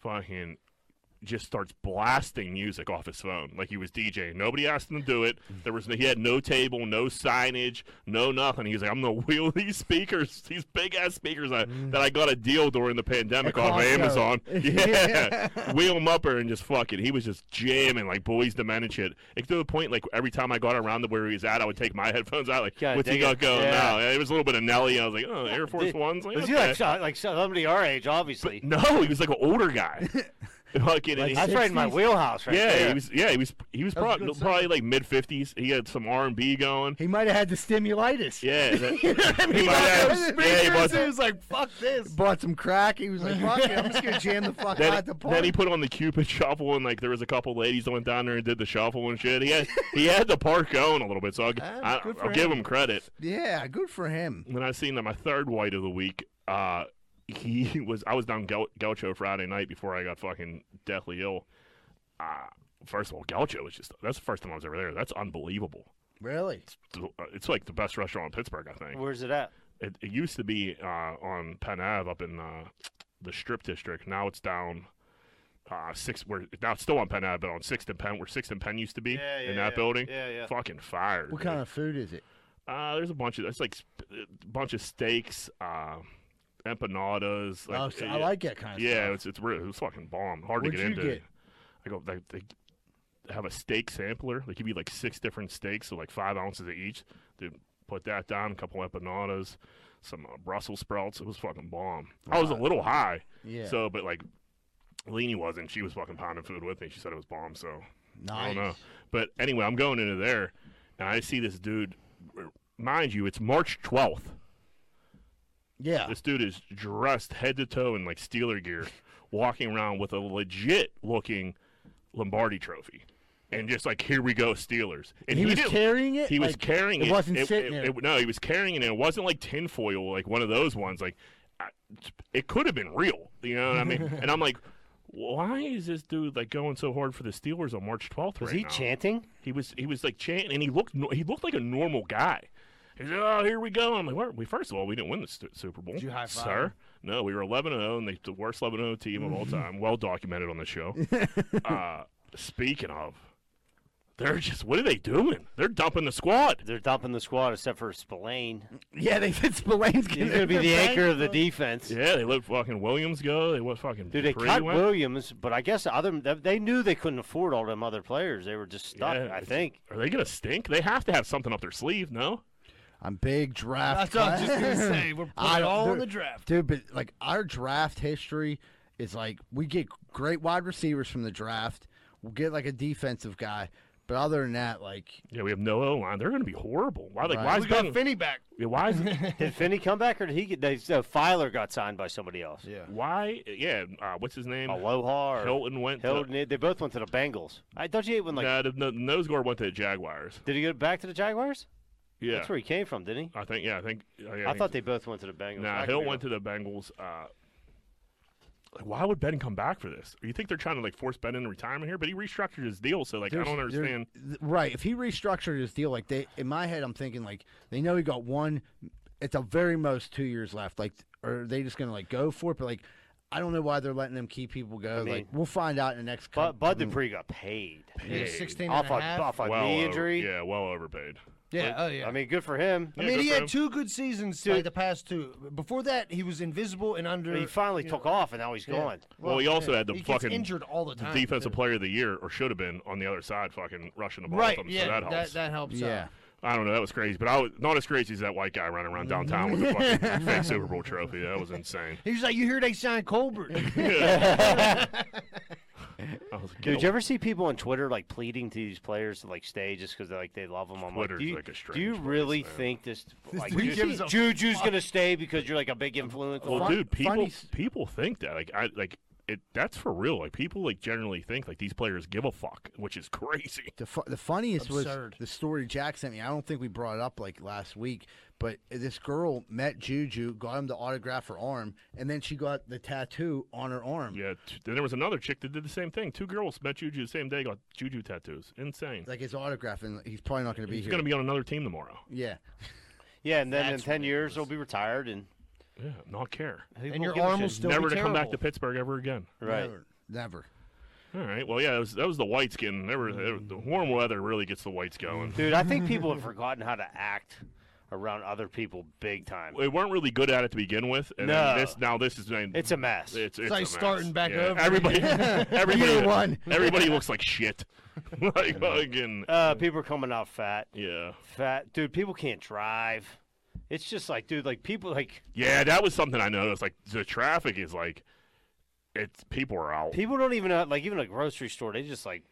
Fucking just starts blasting music off his phone like he was DJing. Nobody asked him to do it. There was no, he had no table, no signage, no nothing. He's like, I'm gonna [LAUGHS] wheel these speakers, these big ass speakers I, that I got a deal during the pandemic
At
off of
Costco.
Amazon. Yeah, wheel them up there and just fuck it. He was just jamming like boys to men and shit. It's to the point like every time I got around to where he was at, I would take my [LAUGHS] headphones out like,
God,
what's he
dig
got
it.
going
Yeah.
now? Oh, Yeah, it was a little bit of Nelly. I was like, oh, Air Force
Did-
Ones. Like,
was he
okay.
like so- like so- somebody our age? Obviously,
no, he was like an older guy. Fucking, and he-
that's right in my wheelhouse, right
yeah,
there.
he was. Yeah, he was. He was,
was a
prob-
good
probably like mid fifties. He had some R and B going.
He might have had the stimulitis. [LAUGHS]
Yeah, that- he might
got
have-
those
yeah, he
speakers
was.
and
Then,
was like, "Fuck this."
Bought some crack. He was like, "Fuck it, I'm just gonna jam the fuck out at the
then he
party."
put on the Cupid [LAUGHS] shuffle, and like there was a couple ladies that went down there and did the shuffle and shit. He had he had the park going a little bit, so I'll, gi-
Ah,
I,
good for
I'll give
him.
him credit.
yeah, good for him.
when I seen that my third white of the week, uh, he [LAUGHS] was I was down Gau- Gaucho Friday night before I got fucking deathly ill. Uh, first of all, Gaucho was just that's the first time I was ever there. That's unbelievable.
Really?
It's- uh, It's like the best restaurant in Pittsburgh, I think.
Where's it at?
It, it used to be uh, on Penn Ave up in uh, the Strip District. Now it's down uh, six. Where now it's still on Penn Ave, but on Sixth and Penn, where Sixth and Penn used to be
Yeah, yeah,
in that
yeah.
building.
Yeah, yeah.
Fucking fire.
What
dude.
kind of food is it?
Uh, there's a bunch of it's like sp- a bunch of steaks, uh, empanadas. Like,
oh, so
yeah,
I like that kind of
Yeah,
stuff.
it's it's really it's fucking bomb. Hard
What'd
to get
you
into.
get?
I go they, they have a steak sampler. They give you like six different steaks, so like five ounces of each. Dude, put that down. A couple empanadas, some uh, Brussels sprouts. It was fucking bomb. I was a little high.
Yeah.
So, but like. Leanie wasn't. She was fucking pounding food with me. She said it was bomb. So I
nice.
don't know. But anyway, I'm going into there, and I see this dude. Mind you, it's March 12th.
Yeah.
This dude is dressed head to toe in like Steeler gear, walking around with a legit looking Lombardi trophy, and just like, here we go, Steelers. And
He was
didn't-
carrying it.
He was
Like,
carrying
it
it.
wasn't sitting
it-
there.
it- no, he was carrying it. and It wasn't like tinfoil, like one of those ones. Like, I, it could have been real. You know what I
[LAUGHS]
mean? and I'm like. Why is this dude like going so hard for the Steelers on March 12th?
Was
right
he
now?
chanting?
He was he was like chanting, and he looked no- he looked like a normal guy. He's like, oh, here we go. I'm like, well, we first of all, we didn't win the Stu- Super Bowl,
you high five
sir. No, we were 11 and 0, and they the worst 11 0 team
[LAUGHS]
of all time. Well documented on the show. uh, speaking of, they're just what are they doing? They're dumping the squad.
They're dumping the squad except
[LAUGHS]
for Spillane.
[LAUGHS] yeah, they said Spillane's
He's going to be the anchor of the defense.
Yeah, they let fucking Williams go. They let fucking
Dude, they
Dupree
cut
went.
Williams, but I guess other they- they knew they couldn't afford all them other players. They were just stuck.
Yeah,
I
it's-
think.
Are they gonna stink? They have to have something up their sleeve, no?
I'm big draft.
That's what I was just gonna
class.
say. We're
[LAUGHS] I
putting it
don't-
all in
there-
the draft.
dude. But like our draft history is like we get great wide receivers from the draft. We'll get like a defensive guy, but other than that, like
Yeah, we have no O line. They're gonna be horrible. Why? Like,
Right.
why is
We got
Ben-
Finney back.
yeah, why
[LAUGHS]
is
Did Finney come back, or did he get? They, so Filer got signed by somebody else.
Yeah.
Why? Yeah, uh, what's his name?
Aloha or
Hilton went.
Hilton, they both went to the Bengals. I don't you hate when
To,
like
nah, the, the nose guard went to the Jaguars.
did he go back to the Jaguars?
Yeah,
That's where he came from, didn't he?
I think. Yeah, I think. yeah,
I thought they both went to the Bengals.
Nah, Hill went to the Bengals. Uh, like, why would Ben come back for this? You think they're trying to like force Ben into retirement here? But he restructured his deal, so like I
there's-
don't
there-
understand.
th- Right. If he restructured his deal, like they in my head, I'm thinking like they know he got one, at the very most two years left. Like, are they just gonna like go for it? But like, I don't know why they're letting them keep people go.
mean-
like, we'll find out in the next.
Bud,
couple-
Bud Dupree got paid
Yeah, 16 and
off
a
a
half.
off a
well
knee
over-
injury.
yeah, well overpaid.
Yeah, oh yeah.
I mean, good for him.
I
Yeah,
mean,
good
he
for
had
him.
two good seasons like the past two. Before that, he was invisible and under.
He finally took off, and now he's gone.
Well, he also had the
he
fucking
gets injured all the time.
defensive
too.
player of the year, or should have been on the other side, fucking rushing the ball.
Right.
with him,
Yeah.
so that helps.
that, that helps.
Yeah.
out.
I don't know. That was crazy, but I was not as crazy as that white guy running around downtown with a fucking fake Super Bowl trophy. That was insane.
He was like, "You hear they signed Colbert?
I was like,
Dude,
"Get
did you ever see people on Twitter like pleading to these players to like stay just because like they love them? I'm
Twitter's
like, do you,
like a
do you
strange place,
really
man.
think this? Like,
dude
Ju-
gives a
Juju's gonna stay because you're like a big influence.
Well,
Fun-
dude, people
funny s-
people think that like I like it. That's for real. Like people like generally think like these players give a fuck, which is [LAUGHS] crazy.
The, fu- the funniest
Absurd.
was the story Jack sent me. I don't think we brought it up like last week, but this girl met Juju, got him to autograph her arm, and then she got the tattoo on her arm.
Yeah. T- then there was another chick that did the same thing. Two girls met Juju the same day, got Juju tattoos. Insane.
Like his autograph, and he's probably not going to be
He's
here.
gonna be on another team tomorrow.
yeah.
yeah, and then in
That's
ten years he'll be retired, and
Yeah, not care.
And your arm will still
Never
be
to
terrible.
come back to Pittsburgh ever again.
right.
Never. never.
All right. Well, yeah, that was, that was the white skin. There were, there- the warm weather really gets the whites going.
Dude, I think people
[LAUGHS]
have forgotten how to act around other people big time.
They weren't really good at it to begin with, and
No.
then this now this is
It's a mess.
it's,
like
a mess.
starting back
yeah,
over
Everybody, [LAUGHS]
[LAUGHS]
everybody,
Year one.
everybody looks like shit. [LAUGHS] like fucking
uh, people are coming out fat,
yeah,
fat. Dude, people can't drive. It's just like, dude, like people like
yeah. That was something I noticed. Like the traffic is like, it's people are out.
people don't even know, like even a grocery store. They just like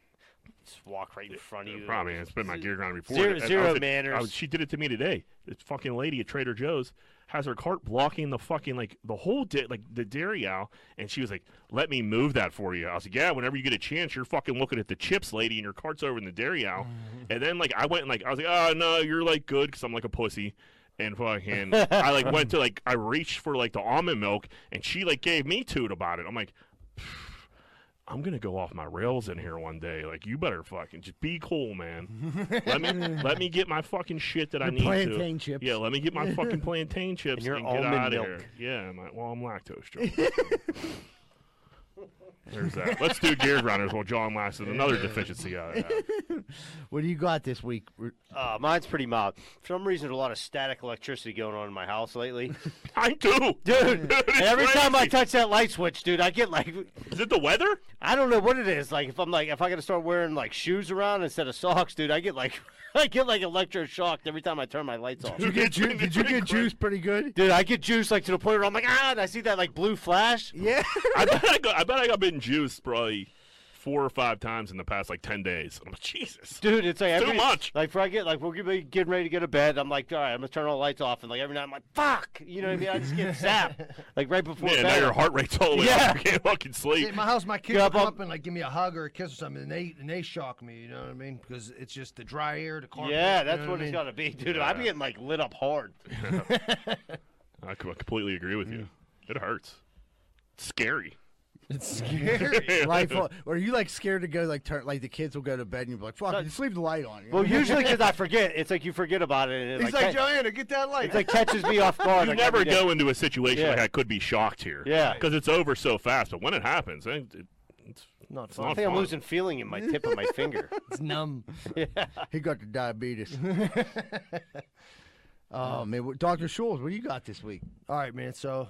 just walk right in front of you.
Probably it's been my gear ground before.
Zero-
And I
zero
was at-
manners.
I was- she did it to me today. This fucking lady at Trader Joe's has her cart blocking the fucking like the whole di- like the dairy aisle, and she was like, "Let me move that for you." I was like, "Yeah, whenever you get a chance, you're fucking looking at the chips, lady, and your cart's over in the dairy aisle."
Mm.
and then like I went and like I was like, "Oh no, you're like good," because I'm like a pussy. And
[LAUGHS]
fucking, I like went to like I reached for like the almond milk, and she like gave me toot about it. I'm like, I'm gonna go off my rails in here one day. Like you better fucking just be cool, man. let
[LAUGHS]
me let me get my fucking shit that I
Your
need
plantain
to.
chips.
Yeah, let me get my
[LAUGHS]
fucking plantain chips
your
get
almond
out
milk.
of here. Yeah, my, well I'm lactose. Joe. There's that. Let's do gear grinders while John lasted another deficiency out
[LAUGHS]
of that.
What do you got this week?
Uh, mine's pretty mild. For some reason, there's a lot of static electricity going on in my house
[LAUGHS]
lately.
I do,
Dude,
it's
every time I
crazy.
touch that light switch, dude, I get like,
Is it the weather?
I don't know what it is. Like, if I'm like, if I gotta start wearing like shoes around instead of socks, dude, I get like, [LAUGHS] I get like electroshocked every time I turn my lights off.
Dude.
Did you get, ju- did you get juice pretty
[LAUGHS]
good?
Dude, I get juice like to the point where I'm like, ah, and I see that like blue flash.
Yeah.
I bet I got I bet I got been juiced probably four or five times in the past like ten days. I'm like, Jesus.
Dude, it's like
Too
every,
much.
Like, before I get like, we're gonna be getting ready to go to bed. I'm like, all right, I'm gonna turn all the lights off, and like every night I'm like, fuck, you know what I mean? I just
[LAUGHS]
get zapped, like right before
Yeah,
bed.
now your heart rate's all the way
Yeah.
up. You can't fucking sleep.
At my house, my kids
Yeah,
will come
but-
up and like give me a hug or a kiss or something, and they and they shock me. You know what I mean? Because it's just the dry air, the carpet.
yeah,
you
that's
know
what
I
it's
mean?
gotta be, dude. I'm getting like lit up hard.
I co- completely agree with you. It hurts. It's scary.
It's
[LAUGHS]
scary.
Life, or are you like scared to go like turn like the kids will go to bed and you'll be like, fuck, just leave the light on. you know?
Well, usually because I forget. It's like you forget about it. And it
He's
like,
like,
ca-
Joanna, get that light.
it's like catches me off guard.
You
like,
never
every day.
go into a situation
Yeah.
like I could be shocked here.
Yeah.
Because it's over so fast. But when it happens, eh, it, it, it's
not
it's
fun.
not
I think I'm
fun.
losing feeling in my tip of my [LAUGHS] finger.
it's numb.
he got the diabetes. oh man, what- Dr. Schultz, what do you got this week?
[LAUGHS] All right, man. So,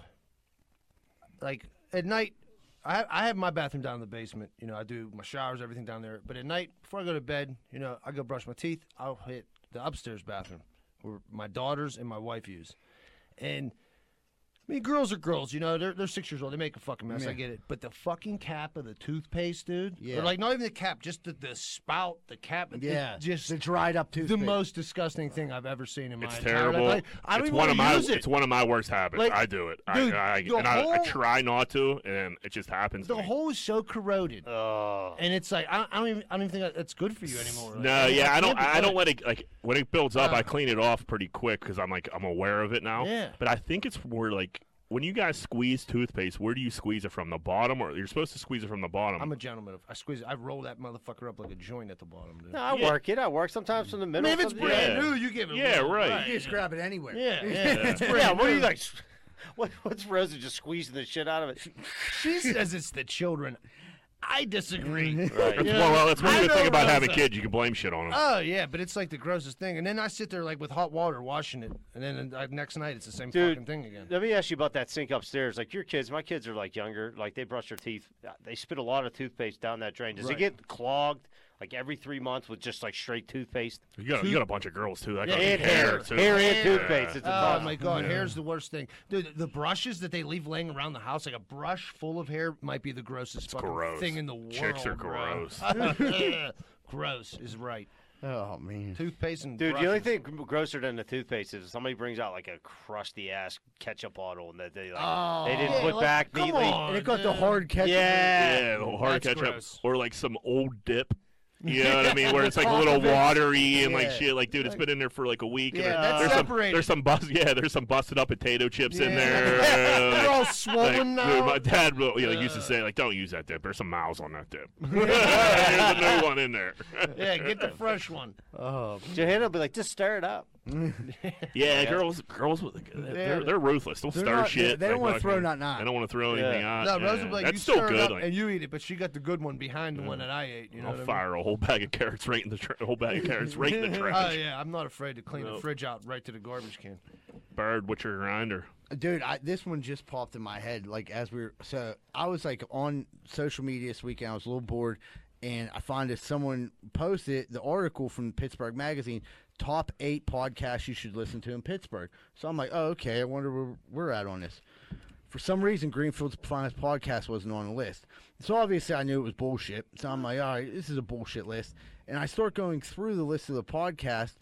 like at night, I I have my bathroom down in the basement. You know, I do my showers, everything down there. But at night, before I go to bed, you know, I go brush my teeth. I'll hit the upstairs bathroom where my daughters and my wife use. And I mean, girls are girls. You know, they're they're six years old. They make a fucking mess. I get it. But the fucking cap of the toothpaste, dude.
Yeah.
Or like not even the cap, just the, the spout, the cap. it just
the dried up toothpaste.
the most disgusting thing I've ever seen in my
It's
entire
terrible.
life. I, I don't
it's
even
one of
wanna
my
use it.
it's one of my worst habits.
Like,
I do it.
dude,
I, I,
the
and I, I
whole-
try not to, and it just happens.
The
to me.
hole is so corroded,
Oh.
and it's like I don't, I don't even I don't even think that's good for you anymore. Like,
No, yeah, I don't.
can't be
I don't
good.
let it like when it builds up. I clean it off pretty quick because I'm like I'm aware of it now.
Uh. Yeah.
But I think it's more like when you guys squeeze toothpaste, where do you squeeze it from? The bottom, or you're supposed to squeeze it from the bottom?
I'm a gentleman. If I squeeze, it, I roll that motherfucker up like a joint at the bottom. Dude.
No, I
Yeah.
work it. I work sometimes from the
I
middle.
mean, if it's
sometimes-
brand
Yeah.
new, you give it. a
Yeah,
whirl,
right.
You just grab it anywhere.
Yeah, yeah. it's
yeah.
brand
yeah, what are
new.
you like? [LAUGHS] What, what's Rosa just squeezing the shit out of it?
She says it's the children. I
[LAUGHS]
disagree.
[LAUGHS] Right.
It's- Well, well, that's one
I
good
know
thing about
Rosa.
having kids. You can blame shit on them.
oh yeah, but it's like the grossest thing. And then I sit there like with hot water washing it, and then uh, next night it's the same
Dude.
fucking thing again.
Let me ask you about that sink upstairs. Like your kids, my kids are like younger. Like they brush their teeth. uh, They spit a lot of toothpaste down that drain. Does it
Right.
get clogged like every three months with just like straight toothpaste?
You got, you got a bunch of girls too. That got
and
hair,
hair,
too.
hair and
Yeah.
toothpaste. It's a
Oh
problem.
my god, hair's the worst thing. Dude, the brushes that they leave laying around the house, like a brush full of hair, might be the grossest fucking
gross.
thing in the world.
Chicks are
bro.
gross.
[LAUGHS] gross is right.
Oh man.
Toothpaste and
Dude, the
brushes.
only thing gr- grosser than the toothpaste is if somebody brings out like a crusty ass ketchup bottle and that they like they didn't
Yeah,
put
like,
back
Oh, come
neatly.
on.
And it got the
dude.
hard catch.
Yeah.
Yeah, the hard
That's
ketchup
gross.
or like some old
[LAUGHS]
dip. You know what I mean? Where it's like a little
Top of it.
watery and like
Yeah.
shit. Like, dude, it's been in there for like a week.
Yeah,
and there-
that's
there's Some,
separated.
there's some bust. Yeah, there's some busted up potato chips in
Yeah.
there.
[LAUGHS]
[LAUGHS]
They're all
Like,
swollen now.
dude, my dad will, you know, used to say like, "Don't use that dip. There's some miles on that dip. [LAUGHS] There's a new one in there."
yeah, get the fresh one.
Uh,
Oh,
Johanna will be like, just stir it up.
yeah, girls, girls, with- they're, they're ruthless. They'll
They're
stir
not-
shit.
they don't
like,
wanna
like,
throw nothing out.
They don't want to throw anything out.
No,
yeah.
Rose was like,
That's
you
still
stir it
good.
up
like,
and you eat it, but she got the good one behind the one that I ate. You know
I'll
what
fire a whole bag of carrots right in the tra- a whole bag of carrots right in
[LAUGHS]
the trash.
I mean? Oh yeah, I'm not afraid to clean the fridge out right to the garbage can.
Bird, what's your grinder?
Dude, I, this one just popped in my head. Like as we were, so I was like on social media this weekend. I was a little bored, and I find if someone posted the article from Pittsburgh Magazine, top eight podcasts you should listen to in Pittsburgh. So I'm like, oh okay, I wonder where we're at on this. For some reason, Greenfield's finest podcast wasn't on the list. So obviously, I knew it was bullshit. So I'm like, all right, this is a bullshit list. And I start going through the list of the podcast.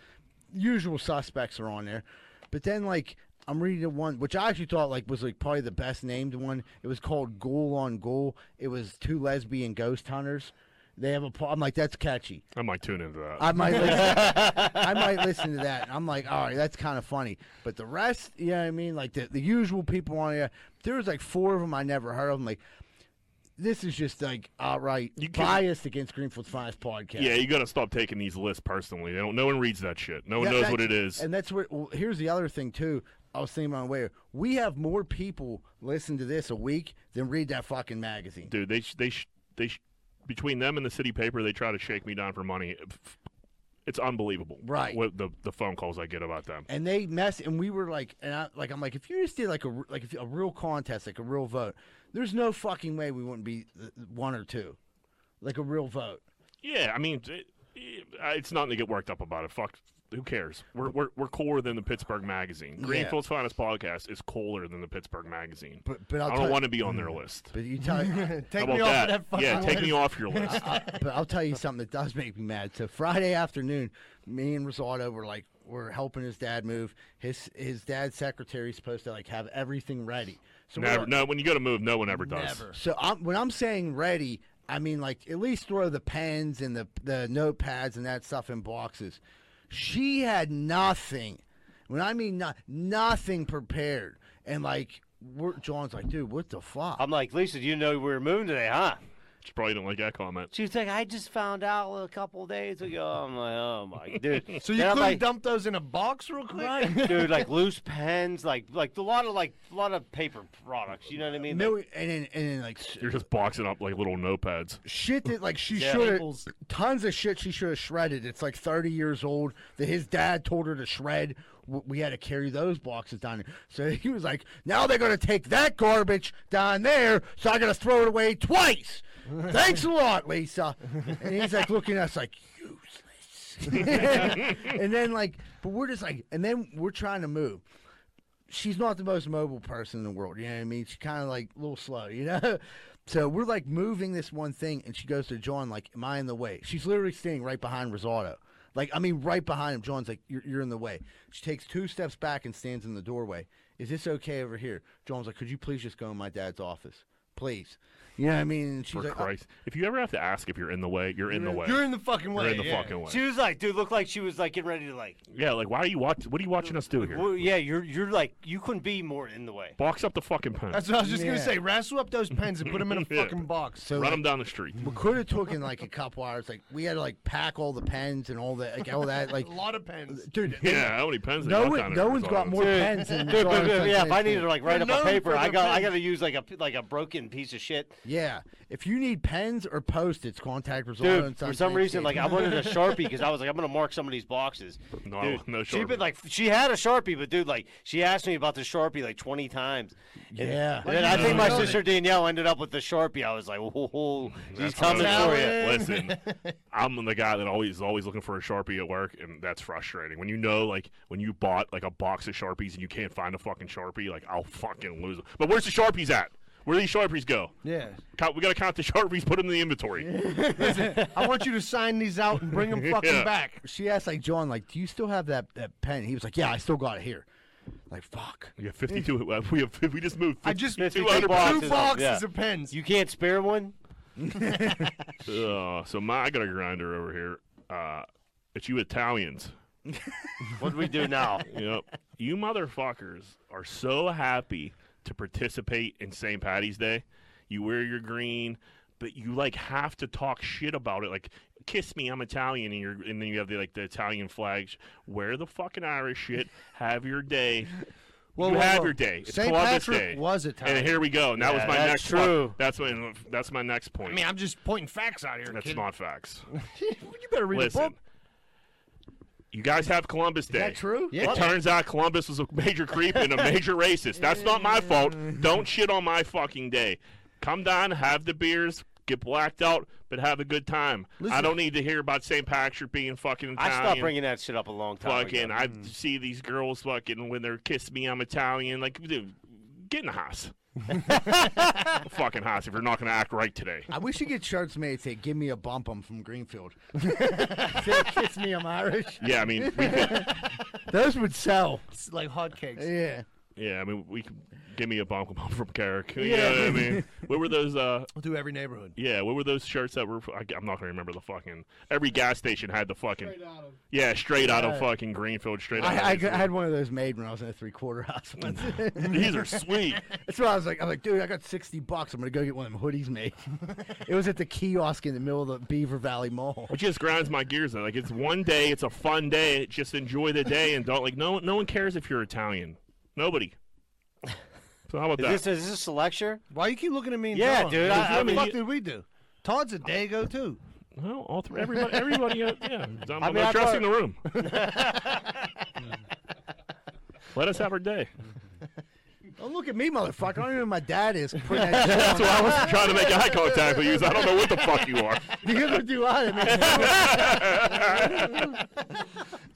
Usual suspects are on there, but then like I'm reading the one which I actually thought like was like probably the best named one. It was called Ghoul on Ghoul. It was two lesbian ghost hunters. They have a. po- I'm like that's catchy.
I might tune into that.
I
[LAUGHS]
might listen, I might listen to that. And I'm like, all right, that's kind of funny. But the rest, you know what I mean? Like the, the usual people on there, there was like four of them I never heard of. them. like, this is just like outright
can-
biased against Greenfield's Finest podcast.
yeah, you gotta stop taking these lists personally. They don't. No one reads that shit. No one
That-
knows
that's-
what it is.
And that's what. Well, here's the other thing too. I was thinking my way. We have more people listen to this a week than read that fucking magazine.
Dude, they sh- they sh- they sh- between them and the city paper, they try to shake me down for money. It's unbelievable.
Right.
What the the phone calls I get about them.
and they mess and we were like and I, like I'm like if you just did like a r- like if a real contest like a real vote there's no fucking way we wouldn't be uh, one or two like a real vote
Yeah, I mean, it, it- it's nothing to get worked up about it. Fuck, who cares? We're we're, we're cooler than the Pittsburgh Magazine. Greenfield's Finest Podcast is cooler than the Pittsburgh Magazine.
But- but I'll
I
tell
don't
you-
want to be on their list.
but you tell [LAUGHS]
How
Take
about
me off
that?
of that fucking
yeah, take me
list.
off your list.
but I'll tell you something that does make me mad so Friday afternoon me and Rosado were like we're helping his dad move his his dad's secretary's supposed to like have everything ready so we're
Never.
like-
No, when you go to move, no one ever does.
Never.
So I'm, when I'm saying ready, I mean like at least throw the pens and the the notepads and that stuff in boxes. She had nothing. When I mean not nothing prepared, and like we're, John's like, dude, what the fuck?
I'm like, Lisa, you know we were moving today, huh?
She probably didn't like that comment.
She was like, I just found out a couple days ago. I'm like, oh my dude.
So you
Then I'm
couldn't
like,
dump those in a box real quick?
dude, like loose pens, like like a lot of like a lot of paper products. You know what I mean? Like,
Mil- and then, and then like s-
You're just boxing up like little notepads.
shit that like she
Yeah.
should
Staples.
have tons of shit she should have shredded. It's like 30 years old that his dad told her to shred. W- We had to carry those boxes down there. So [LAUGHS] he was like, now they're gonna take that garbage down there, so I gotta throw it away twice. Thanks a lot, Lisa. And he's like looking at us like useless. [LAUGHS] and then like, but we're just like, and then we're trying to move she's not the most mobile person in the world. You know what I mean? She's kind of like a little slow, you know? [LAUGHS] So we're like moving this one thing, and she goes to John, like, Am I in the way? She's literally standing right behind Rosado. Like, I mean, right behind him. John's like, you're, you're in the way. She takes two steps back and stands in the doorway. Is this okay over here? John's like, Could you please just go in my dad's office? Please. You know what I mean? And she's
For
like, "Oh."
Christ, if you ever have to ask if you're in the way, you're in the way.
[LAUGHS] You're in the fucking way.
You're in the
yeah.
fucking way.
she was like, dude, looked like she was like getting ready to like.
Yeah, like why are you watching? What are you watching us do here?
Well, yeah, you're you're like you couldn't be more in the way.
Box up the fucking pen.
That's what I was just gonna
Yeah.
say. Wrestle
[LAUGHS]
up those pens and put them in a
Yeah.
fucking box.
So,
Run
like,
them down the street.
we could have taken like a couple hours. Like, we had to like pack all the pens and all that, like, all that.
[LAUGHS]
Like,
a lot of pens.
dude,
Yeah, how many pens? they
no
got
one,
down
no
there
one's
is
got
all-
more [LAUGHS] pens than
Dude, but,
John
but, yeah, if I
Constantine.
needed to like write
They're
up a
known
paper,
for
I
their
got I
pens.
got to use like a like a broken piece of shit
Yeah. If you need pens or post-its, contact Rosario.
Dude,
and
for
Sons
some
Landscaping.
reason, like I
[LAUGHS]
wanted a sharpie because I was like, I'm gonna mark some of these boxes.
No,
dude,
no
She
Sharpie.
been like, she had a sharpie, but dude, like, she asked me about the sharpie like 20 times. And-
Yeah.
and then I think my sister Danielle ended up with the sharpie. I was like, whoa, she's
That's
coming
how
for
it
you.
is. Listen, I'm the guy that always is always looking for a sharpie at work, and that's frustrating. When you know, like, when you bought like a box of sharpies and you can't find a fucking sharpie, like, I'll fucking lose them. But where's the sharpies at? Where do these sharpies go?
Yeah.
Count, we gotta count the [LAUGHS] sharpies, put them in the inventory.
I want you to sign these out and bring them
[LAUGHS]
fucking
Yeah.
back.
She asked like John, like, do you still have that that pen? He was like, yeah, I still got it here. Like, fuck.
We have 52. uh, We have [LAUGHS] we just moved. 50,
I just
Fifty
two
two boxes
boxes,
of- yeah.
of pens.
You can't spare one.
uh, so my I got a grinder over here. Uh, it's you Italians.
What do we
[LAUGHS]
do now?
[LAUGHS]
Yep. you motherfuckers are so happy to participate in St. Patty's Day. You wear your green, but you like have to talk shit about it. Like, kiss me, I'm Italian, and you're, and then you have the like the Italian flags. Wear the fucking Irish shit. Have your day.
[LAUGHS] Well,
you
well,
have
well,
your day. It's
St.
Columbus
Patrick
Day.
was Italian.
And here we go. And that
Yeah,
was my
that's
next.
true.
That's my. That's my next point.
I mean, I'm just pointing facts out here.
that's
kid.
not facts.
[LAUGHS] You better read the
Listen.
book.
You guys have Columbus Day.
Is that true?
Yeah.
It turns out Columbus was a major creep and a
[LAUGHS]
major racist. That's not my fault. Don't shit on my fucking day. Come down, have the beers, get blacked out, but have a good time. I don't need to hear about St. Patrick being fucking
I
Italian.
stopped bringing that shit up a long time
fucking.
ago.
I
Mm.
see these girls fucking when they're kiss me, I'm Italian. Like, dude, get in the
[LAUGHS]
house. fucking house if you're not going to act right today.
I wish you get shirts made that say, give me a bump, I'm from Greenfield. [LAUGHS] Say, kiss me, I'm Irish.
Yeah, I mean, we could,
Those would sell.
It's like hotcakes.
Yeah.
yeah, I mean, we could give me a bonk [LAUGHS] bomb from Carrick. Yeah, you know what I
[LAUGHS]
mean, what were those? Uh,
We'll do every neighborhood.
Yeah, what were those shirts that were? I, am not gonna remember the fucking. Every gas station had the fucking. yeah, straight out of fucking Greenfield, straight out.
I, I,
of
I had one of those made when I was in a three quarter [LAUGHS] house once.
[LAUGHS]
These are sweet.
That's why I was like, I'm like, dude, I got 60 bucks. I'm going to go get one of them hoodies made. [LAUGHS] it was at the kiosk in the middle of the Beaver Valley Mall.
It just grinds my gears. though. Like it's one day, it's a fun day. Just enjoy the day and don't like. No, no one cares if you're Italian. Nobody. So how about
Is
that?
this, is this a lecture?
Why you keep looking at me? And
Yeah,
John?
dude,
What
I-
the
I mean,
fuck
you-
did we do? Todd's a Dago too.
well, all three, everybody, everybody. uh,
[LAUGHS]
yeah, I'm,
mean, I
addressing the
[LAUGHS]
room. Let us have our day.
Don't look at me, motherfucker. I don't even know who my dad is. [LAUGHS] putting that shit
That's why I wasn't trying to make eye contact with you. So I don't know what the fuck you are.
on. Neither do I.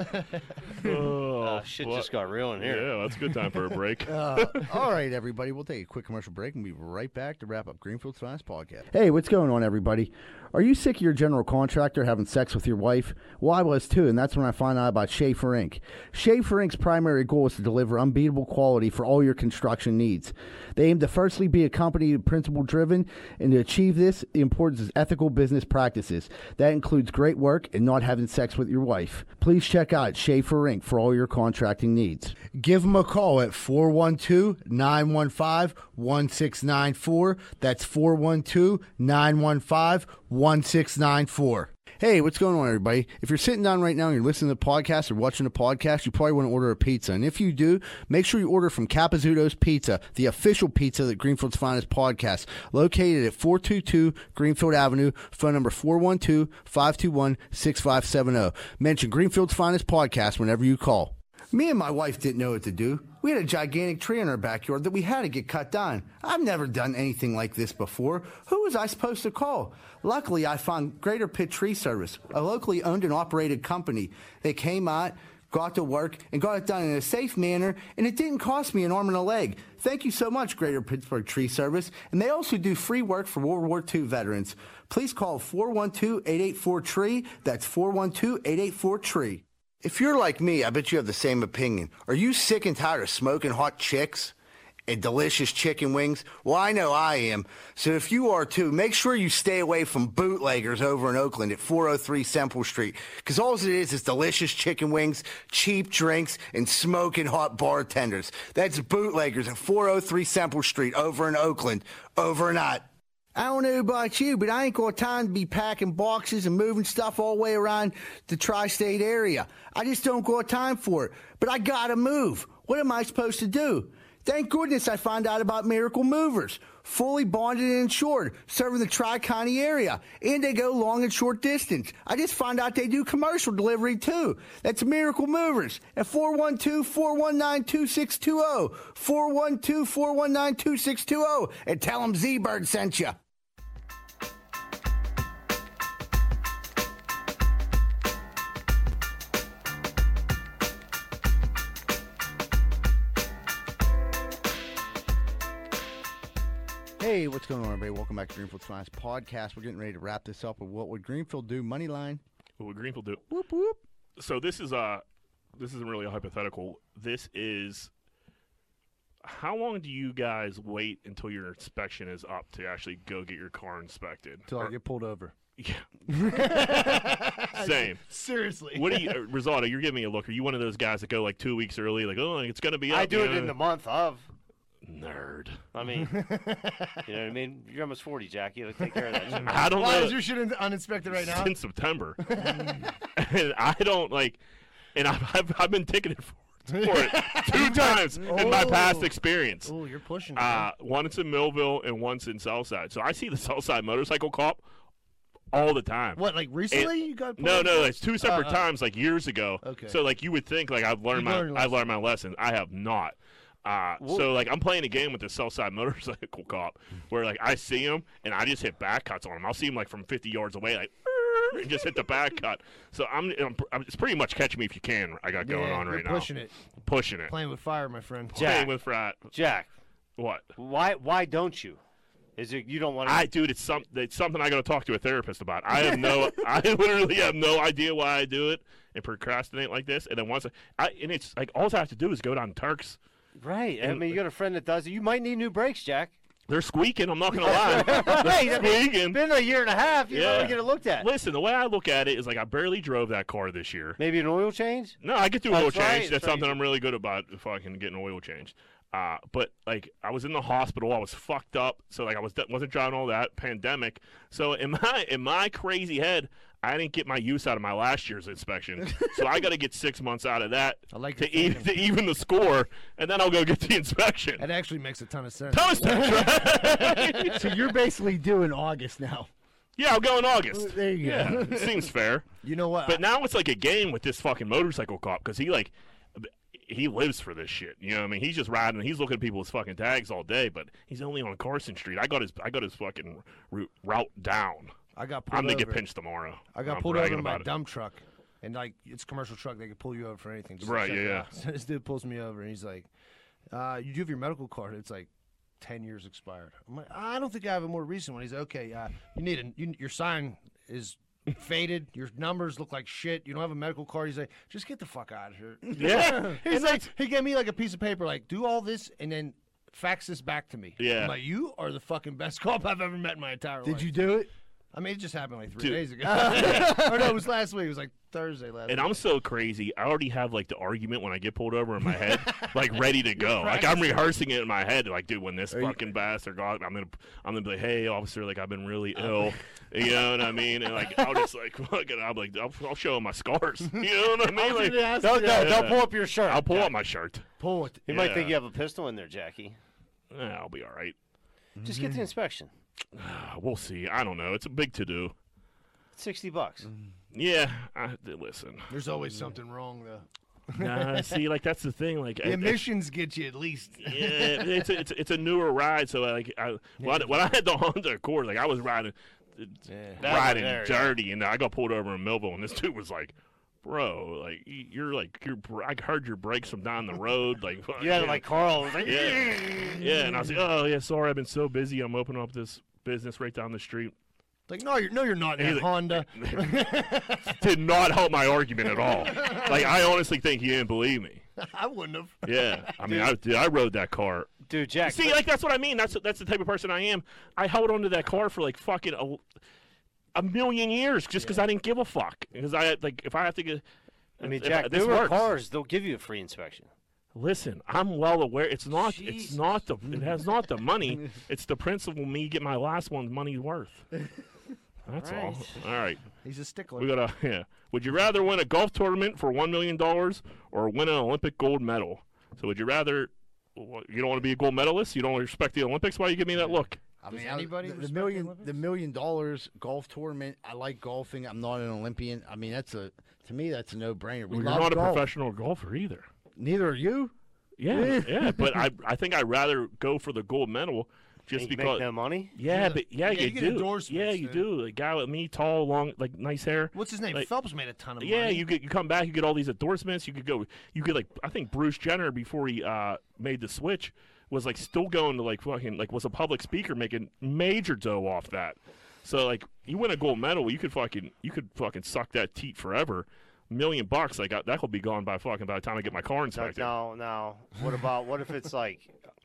man.
[LAUGHS] Oh,
Oh, shit
fuck.
just got real in here.
Yeah, that's a good time for a [LAUGHS] break.
[LAUGHS] All right, everybody, we'll take a quick commercial break and be right back to wrap up Greenfield's Finest Podcast. Hey, what's going on, everybody? Are you sick of your general contractor having sex with your wife? Well, I was too, and that's when I found out about Schaefer Inc. Schaefer Inc.'s primary goal is to deliver unbeatable quality for all your construction needs. They aim to firstly be a company principle driven, and to achieve this, the importance is ethical business practices. That includes great work and not having sex with your wife. Please check out Schaefer Inc. for all your contracting needs. Give them a call at 412 915 1694. That's 412 915 1694. Hey, what's going on, everybody? If you're sitting down right now and you're listening to the podcast or watching the podcast, you probably want to order a pizza. And if you do, make sure you order from Capizzuto's Pizza, the official pizza that Greenfield's Finest podcast, located at 422 Greenfield Avenue, phone number 412 521 6570. oh. Mention Greenfield's Finest podcast whenever you call. Me and my wife didn't know what to do. We had a gigantic tree in our backyard that we had to get cut down. I've never done anything like this before. Who was I supposed to call? Luckily, I found Greater Pitt Tree Service, a locally owned and operated company. They came out, got to work, and got it done in a safe manner, and it didn't cost me an arm and a leg. Thank you so much, Greater Pittsburgh Tree Service. And they also do free work for World War II veterans. Please call 412 884 TREE. E That's 412 884 TREE. If you're like me, I bet you have the same opinion. Are you sick and tired of smoking hot chicks and delicious chicken wings? Well, I know I am. So if you are too, make sure you stay away from bootleggers over in Oakland at 403 Semple Street. Because all it is is delicious chicken wings, cheap drinks, and smoking hot bartenders. That's bootleggers at 403 Semple Street over in Oakland. Over and out. I don't know about you, but I ain't got time to be packing boxes and moving stuff all the way around the tri state area. I just don't got time for it. But I gotta move. What am I supposed to do? Thank goodness I found out about Miracle Movers, fully bonded and insured, serving the Tri County area, and they go long and short distance. I just found out they do commercial delivery too. That's Miracle Movers at 412 419 2620. 412 419 2620, oh. and tell them Z Bird sent you. Hey, what's going on, everybody? Welcome back to Greenfield Science Podcast. We're getting ready to wrap this up with what would Greenfield do? Moneyline.
What would Greenfield do?
Whoop, whoop.
So this is uh this isn't really a hypothetical. This is how long do you guys wait until your inspection is up to actually go get your car [LAUGHS] inspected?
Till
Er,
I get pulled over.
Yeah. [LAUGHS] Same.
Seriously.
What do you, uh, Rosado? You're giving me a look. Are you one of those guys that go like two weeks early? Like, oh, it's gonna be.
I
up,
do
you
it in the
know?
month of.
nerd.
I mean, you know what I mean? You're almost 40, Jack. You take care of that shit.
I don't
Why
know.
is your shit in- uninspected right now?
Since
[LAUGHS]
September, and I don't like, and I've I've, I've been ticketed for
[LAUGHS]
it, for it two times in my past
Oh.
experience.
Oh, you're pushing. it,
Uh, once in Millville and once in Southside. So I see the Southside motorcycle cop all the time.
What, like recently you got?
No,
pulled
no,
over?
it's two separate times, like years ago.
Uh-huh. Okay.
So like you would think like I've learned
You've
my
learned a
I've learned my lessons. I have not. Uh, so like I'm playing a game with the Southside motorcycle cop where like I see him and I just hit back cuts on him. I'll see him like from 50 yards away, like and just hit the back cut. So I'm, I'm, I'm it's pretty much catch me if you can. I got going
Yeah,
on
you're
right
pushing
now,
it,
pushing it,
playing with fire, my friend.
Jack.
playing with frat.
Jack,
What?
why why don't you? Is it you don't want to?
I dude, it's some it's something I got to talk to a therapist about. I have no, I literally have no idea why I do it and procrastinate like this. And then once I, I and it's like all I have to do is go down Turks.
right. I
and-
mean, you got a friend that does it. You might need new brakes,
[LAUGHS]
Jack.
They're squeaking. I'm not gonna lie.
[LAUGHS] Right,
They're
I mean,
squeaking.
Been a year and a half. You
Yeah.
yeah. to get it looked at.
Listen, the way I look at it is like I barely drove that car this year.
Maybe an oil change.
No, I get to a oil
That's
change.
right,
that's
that's right.
something I'm really good about. If I can get an oil change. Uh, but like I was in the hospital, I was fucked up, so like I was wasn't driving all that pandemic. So [LAUGHS] in my in my crazy head, I didn't get my use out of my last year's inspection.
[LAUGHS]
so I got to get six months out of that
I like
to
your
even to even the score, and then I'll go get the inspection.
[LAUGHS] That actually makes a ton
[LAUGHS]
of sense. [LAUGHS]
That was right? [LAUGHS]
So you're basically due in August now.
[LAUGHS]
yeah, I'll go in August.
[LAUGHS]
There you go.
Yeah, seems fair.
You know what?
But now it's like a game with this fucking motorcycle cop because he like he lives for this shit. You know what I mean? He's just riding. He's looking at people's fucking tags all day, but he's only on Carson Street. I got his I got his fucking route, route down.
I got pulled
I'm gonna
over.
get pinched tomorrow.
I got
I'm
pulled
bragging
over in my
about it.
dump truck, and like it's a commercial truck, they can pull you over for anything. just to
Right,
check
yeah,
it
yeah.
out. [LAUGHS] So this dude pulls me over, and he's like, uh, "You do have your medical card? It's like ten years expired." I'm like, "I don't think I have a more recent one." He's like, "Okay, uh, you need a you, your sign is." Faded. Your numbers look like shit. You don't have a medical card. He's like, just get the fuck out of here.
Yeah.
[LAUGHS] He's like, he gave me like a piece of paper, like, do all this and then fax this back to me.
Yeah.
I'm like, you are the fucking best [LAUGHS] cop I've ever met in my entire life.
Did you do it?
I mean, it just happened like three
Dude. [LAUGHS]
days ago. or no, it was last week. It was like Thursday last
And
week.
I'm so crazy. I already have like the argument when I get pulled over in my head, like ready to go. Like I'm rehearsing it in my head. Like, dude, when this fucking bastard got, I'm gonna, I'm gonna be like, hey, officer, like I've been really ill. You know what I mean? And like I'll just like, fuck it. I'm like, I'll, I'll show him my scars. [LAUGHS] You know what I mean? Like,
No, no,
Yeah.
don't pull up your shirt.
I'll pull
Jack.
out my shirt.
Pull it.
You might
Yeah.
think you have a pistol in there, Jackie.
Eh, I'll be all right.
Just
Mm.
get the inspection.
Ah, We'll see. I don't know. It's a big to do.
Sixty bucks.
Mm. Yeah, I, listen.
There's always something wrong though.
Nah, see, like that's the thing. Like,
The
I- I-
emissions get you at least.
yeah, it's a, it's, a- it's a newer ride. So like, I, when, I, when I had the Honda Accord, like I was riding,
That was
riding
there, yeah.
dirty, and I got pulled over in Millville, and this [LAUGHS] dude was like, "Bro, like y- you're like you're, br- I heard your brakes from down the road,
[LAUGHS]
like fuck,
You had like Carl. was like,
yeah, yeah." And I was like, "Oh yeah, sorry, I've been so busy. I'm opening up this business right down the street." [LAUGHS]
Like no, you're no, you're not in
He's
that
like- [LAUGHS]
Honda.
Did not help my argument at
[LAUGHS]
all. like I honestly think he didn't believe me.
[LAUGHS] I wouldn't have.
Yeah, I mean, I dude, I rode that car
dude, Jack.
See, like that's what I mean. That's that's the type of person I am. I held onto that car for like fucking a, a million years just because I didn't give a fuck. Because I like if I have to get.
I mean,
if- if
Jack.
this
Newer
works.
cars, they'll give you a free inspection.
Listen, I'm well aware. It's not. It's not the. It has not the
[LAUGHS]
money. it's the principle. Me get my last one's money worth. That's all. All right,
He's a
we
stickler.
got to [LAUGHS] Yeah. Would you rather win a golf tournament for one million dollars or win an Olympic gold medal? So would you rather well, you don't want to be a gold medalist. You don't respect the Olympics. Why you give me that look?
I
Does
mean, I-
anybody
the- the,
respect the
million, the,
Olympics?
million dollars golf tournament. I like golfing. I'm not an Olympian. I mean, that's a to me that's a no brainer. We
Well, you're
love
not
golf.
a professional golfer either.
Neither are you.
Yeah, yeah. But I, I think I'd rather go for the gold medal, just
And you
because.
make no money.
Yeah,
Yeah.
but yeah,
Yeah,
you,
you get
do.
endorsements,
yeah, you
dude.
do. A guy like me, tall, long, like nice hair.
What's his name?
Like-
Phelps made a ton of
Yeah,
money.
you get you come back, you get all these endorsements. You could go, you could like I think Bruce Jenner before he uh, made the switch was like still going to like fucking like was a public speaker making major dough off that. So like you win a gold medal, you could fucking you could fucking suck that teat forever. Million bucks, like I- that will be gone by fucking by the time I get my car
No,
inspected.
no, no. What about what if it's like,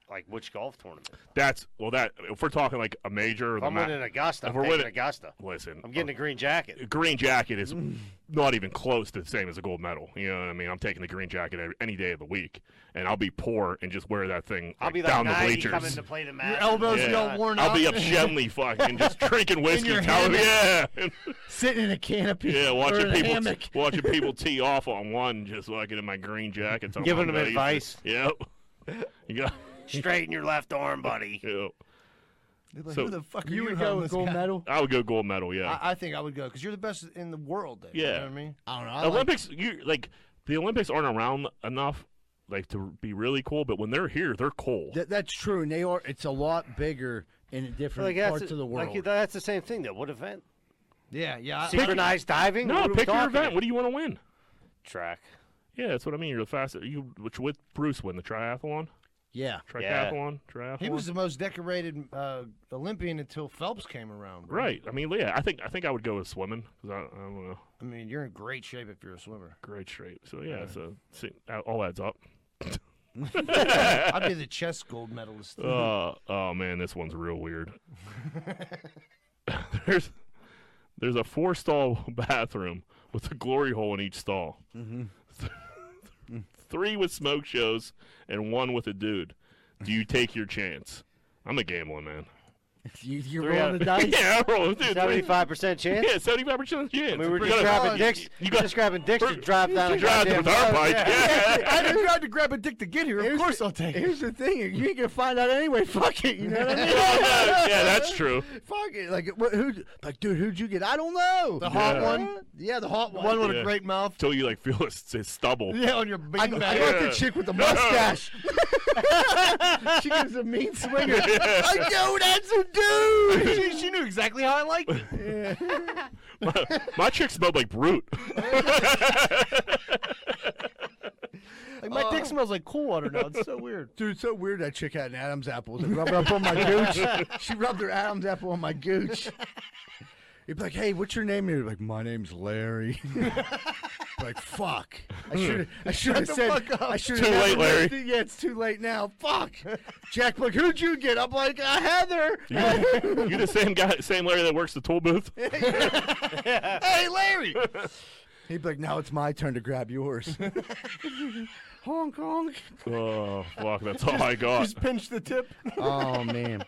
like which golf tournament?
That's well, that if we're talking like a major, or
If
the
I'm
ma-
winning Augusta,
If
I'm
we're
taking
winning-
Augusta.
listen,
I'm getting a green jacket.
a green jacket is
Mm.
not even close to the same as a gold medal. You know what I mean? I'm taking the green jacket every, any day of the week, and I'll be poor and just wear that thing
I'll
like,
be like
down the
90 coming
bleachers.
to play the match.
Your elbows
Yeah.
[LAUGHS]
be all worn
I'll
out.
be up Shenley fucking just drinking whiskey,
your
telling yeah, [LAUGHS]
Sitting in a canopy.
yeah,
or in
watching
a
people
hammock.
watching people tee off on one, just fucking in my green jacket, talking
Giving
about
them
buddies. Yep. [LAUGHS] You got.
Straighten your left arm, buddy.
Yep.
They'd be like,
So-
Who the fuck are
You
you,
would go
homeless
with gold
guy?"
medal.
I would go gold medal. Yeah.
I, I think I would go because you're the best in the world. Dave,
Yeah.
You know what I mean?
I don't know. I like-
Olympics, you like the Olympics aren't around enough, like to be really cool. But when they're here, they're cool.
that- that's true. And they are. It's a lot bigger in different
Like, that's
parts
a-
of the world.
Like, that's the same thing, though. What event?
Yeah, yeah. I-
Synchronized diving?
No,
What are we
pick Uh, your
talking
event.
about?
What do you want to win?
Track.
Yeah, that's what I mean. You're the fastest. You which with Bruce win the triathlon,
yeah. [LAUGHS]
Yeah.
triathlon, triathlon.
He was the most decorated uh, Olympian until Phelps came around. bro.
right. I mean, yeah. I think I think I would go with swimming 'cause I, I don't know,
I mean, you're in great shape if you're a swimmer.
great shape. So yeah, so see, that all adds
[LAUGHS]
up.
I'd be the chess gold medalist.
Uh, [LAUGHS] oh man, this one's real
[LAUGHS]
weird. [LAUGHS] there's there's a four stall [LAUGHS] bathroom with a glory hole in each stall. [LAUGHS] Three with smoke shows and one with a dude. Do you take your chance? I'm a gambling man.
You, you're
Three
rolling
out-
the dice.
[LAUGHS] yeah, I roll, dude. three-
Seventy-five percent chance.
[LAUGHS] Yeah, seventy-five percent chance.
I mean, we're
It's
just
pretty-
grabbing dicks.
You
You
got-
just grabbing dicks
[LAUGHS]
to
Bur-
drive down a
You drive to the
goddamn road,
turnpike.
yeah.
Yeah.
I tried to grab a dick to get here. Of course I'll take it.
Here's the thing. You ain't gonna find out anyway. [LAUGHS] Fuck it. You know what I
[LAUGHS]
mean?
[LAUGHS]
yeah,
[LAUGHS]
that's true.
Fuck it. Like what? Who? Like dude, who'd you get? I don't know.
The hot
Yeah.
one,
Yeah, the hot one.
one with
Yeah.
a great mouth.
Till you like feel his, his stubble.
Yeah, on your
I, I got
bean bag.
Yeah.
the chick
[LAUGHS]
with the mustache. [LAUGHS] she gives a mean swinger. I know that's a dude.
she,
[LAUGHS]
she knew exactly how I liked
[LAUGHS]
it.
my, [LAUGHS] my chick smelled like brute.
Like my
Oh.
dick smells like cool water now. It's so weird.
Dude, so weird that chick had an Adam's apple. Was it rubbed up on my gooch? She rubbed her Adam's apple on my gooch. He'd be like, "Hey, what's your name?" And he'd be like, "My name's Larry." [LAUGHS] like, fuck. I should I should have
the
said.
fuck up.
I should
Too late, Larry.
Yeah, it's too late now. Fuck. Jack, like, who'd you get? I'm like, uh, Heather.
You, you the same guy, same Larry that works the tool booth?
hey, Larry.
He'd be like, "Now it's my turn to grab yours." [LAUGHS] honk honk.
Oh, fuck, that's all I got.
Just pinch the tip.
oh man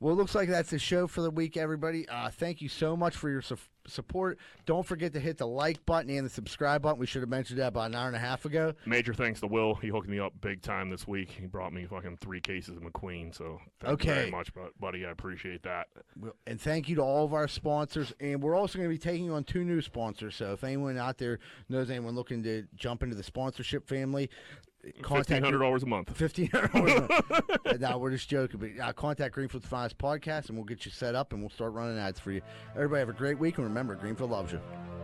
well it looks like that's the show for the week everybody uh, thank you so much for your su- support don't forget to hit the like button and the subscribe button we should have mentioned that about an hour and a half ago
Major thanks to Will. He hooked me up big time this week. He brought me fucking three cases of McQueen. So thank you
Okay.
very much, bu- buddy. I appreciate that.
Well, and thank you to all of our sponsors and we're also going to be taking on two new sponsors so if anyone out there knows anyone looking to jump into the sponsorship family
Fifteen
contact
hundred dollars a month.
Fifteen hundred. [LAUGHS] no, we're just joking. But uh, contact Greenfield's Finest Podcast, and we'll get you set up, and we'll start running ads for you. Everybody have a great week, and remember, Greenfield loves you.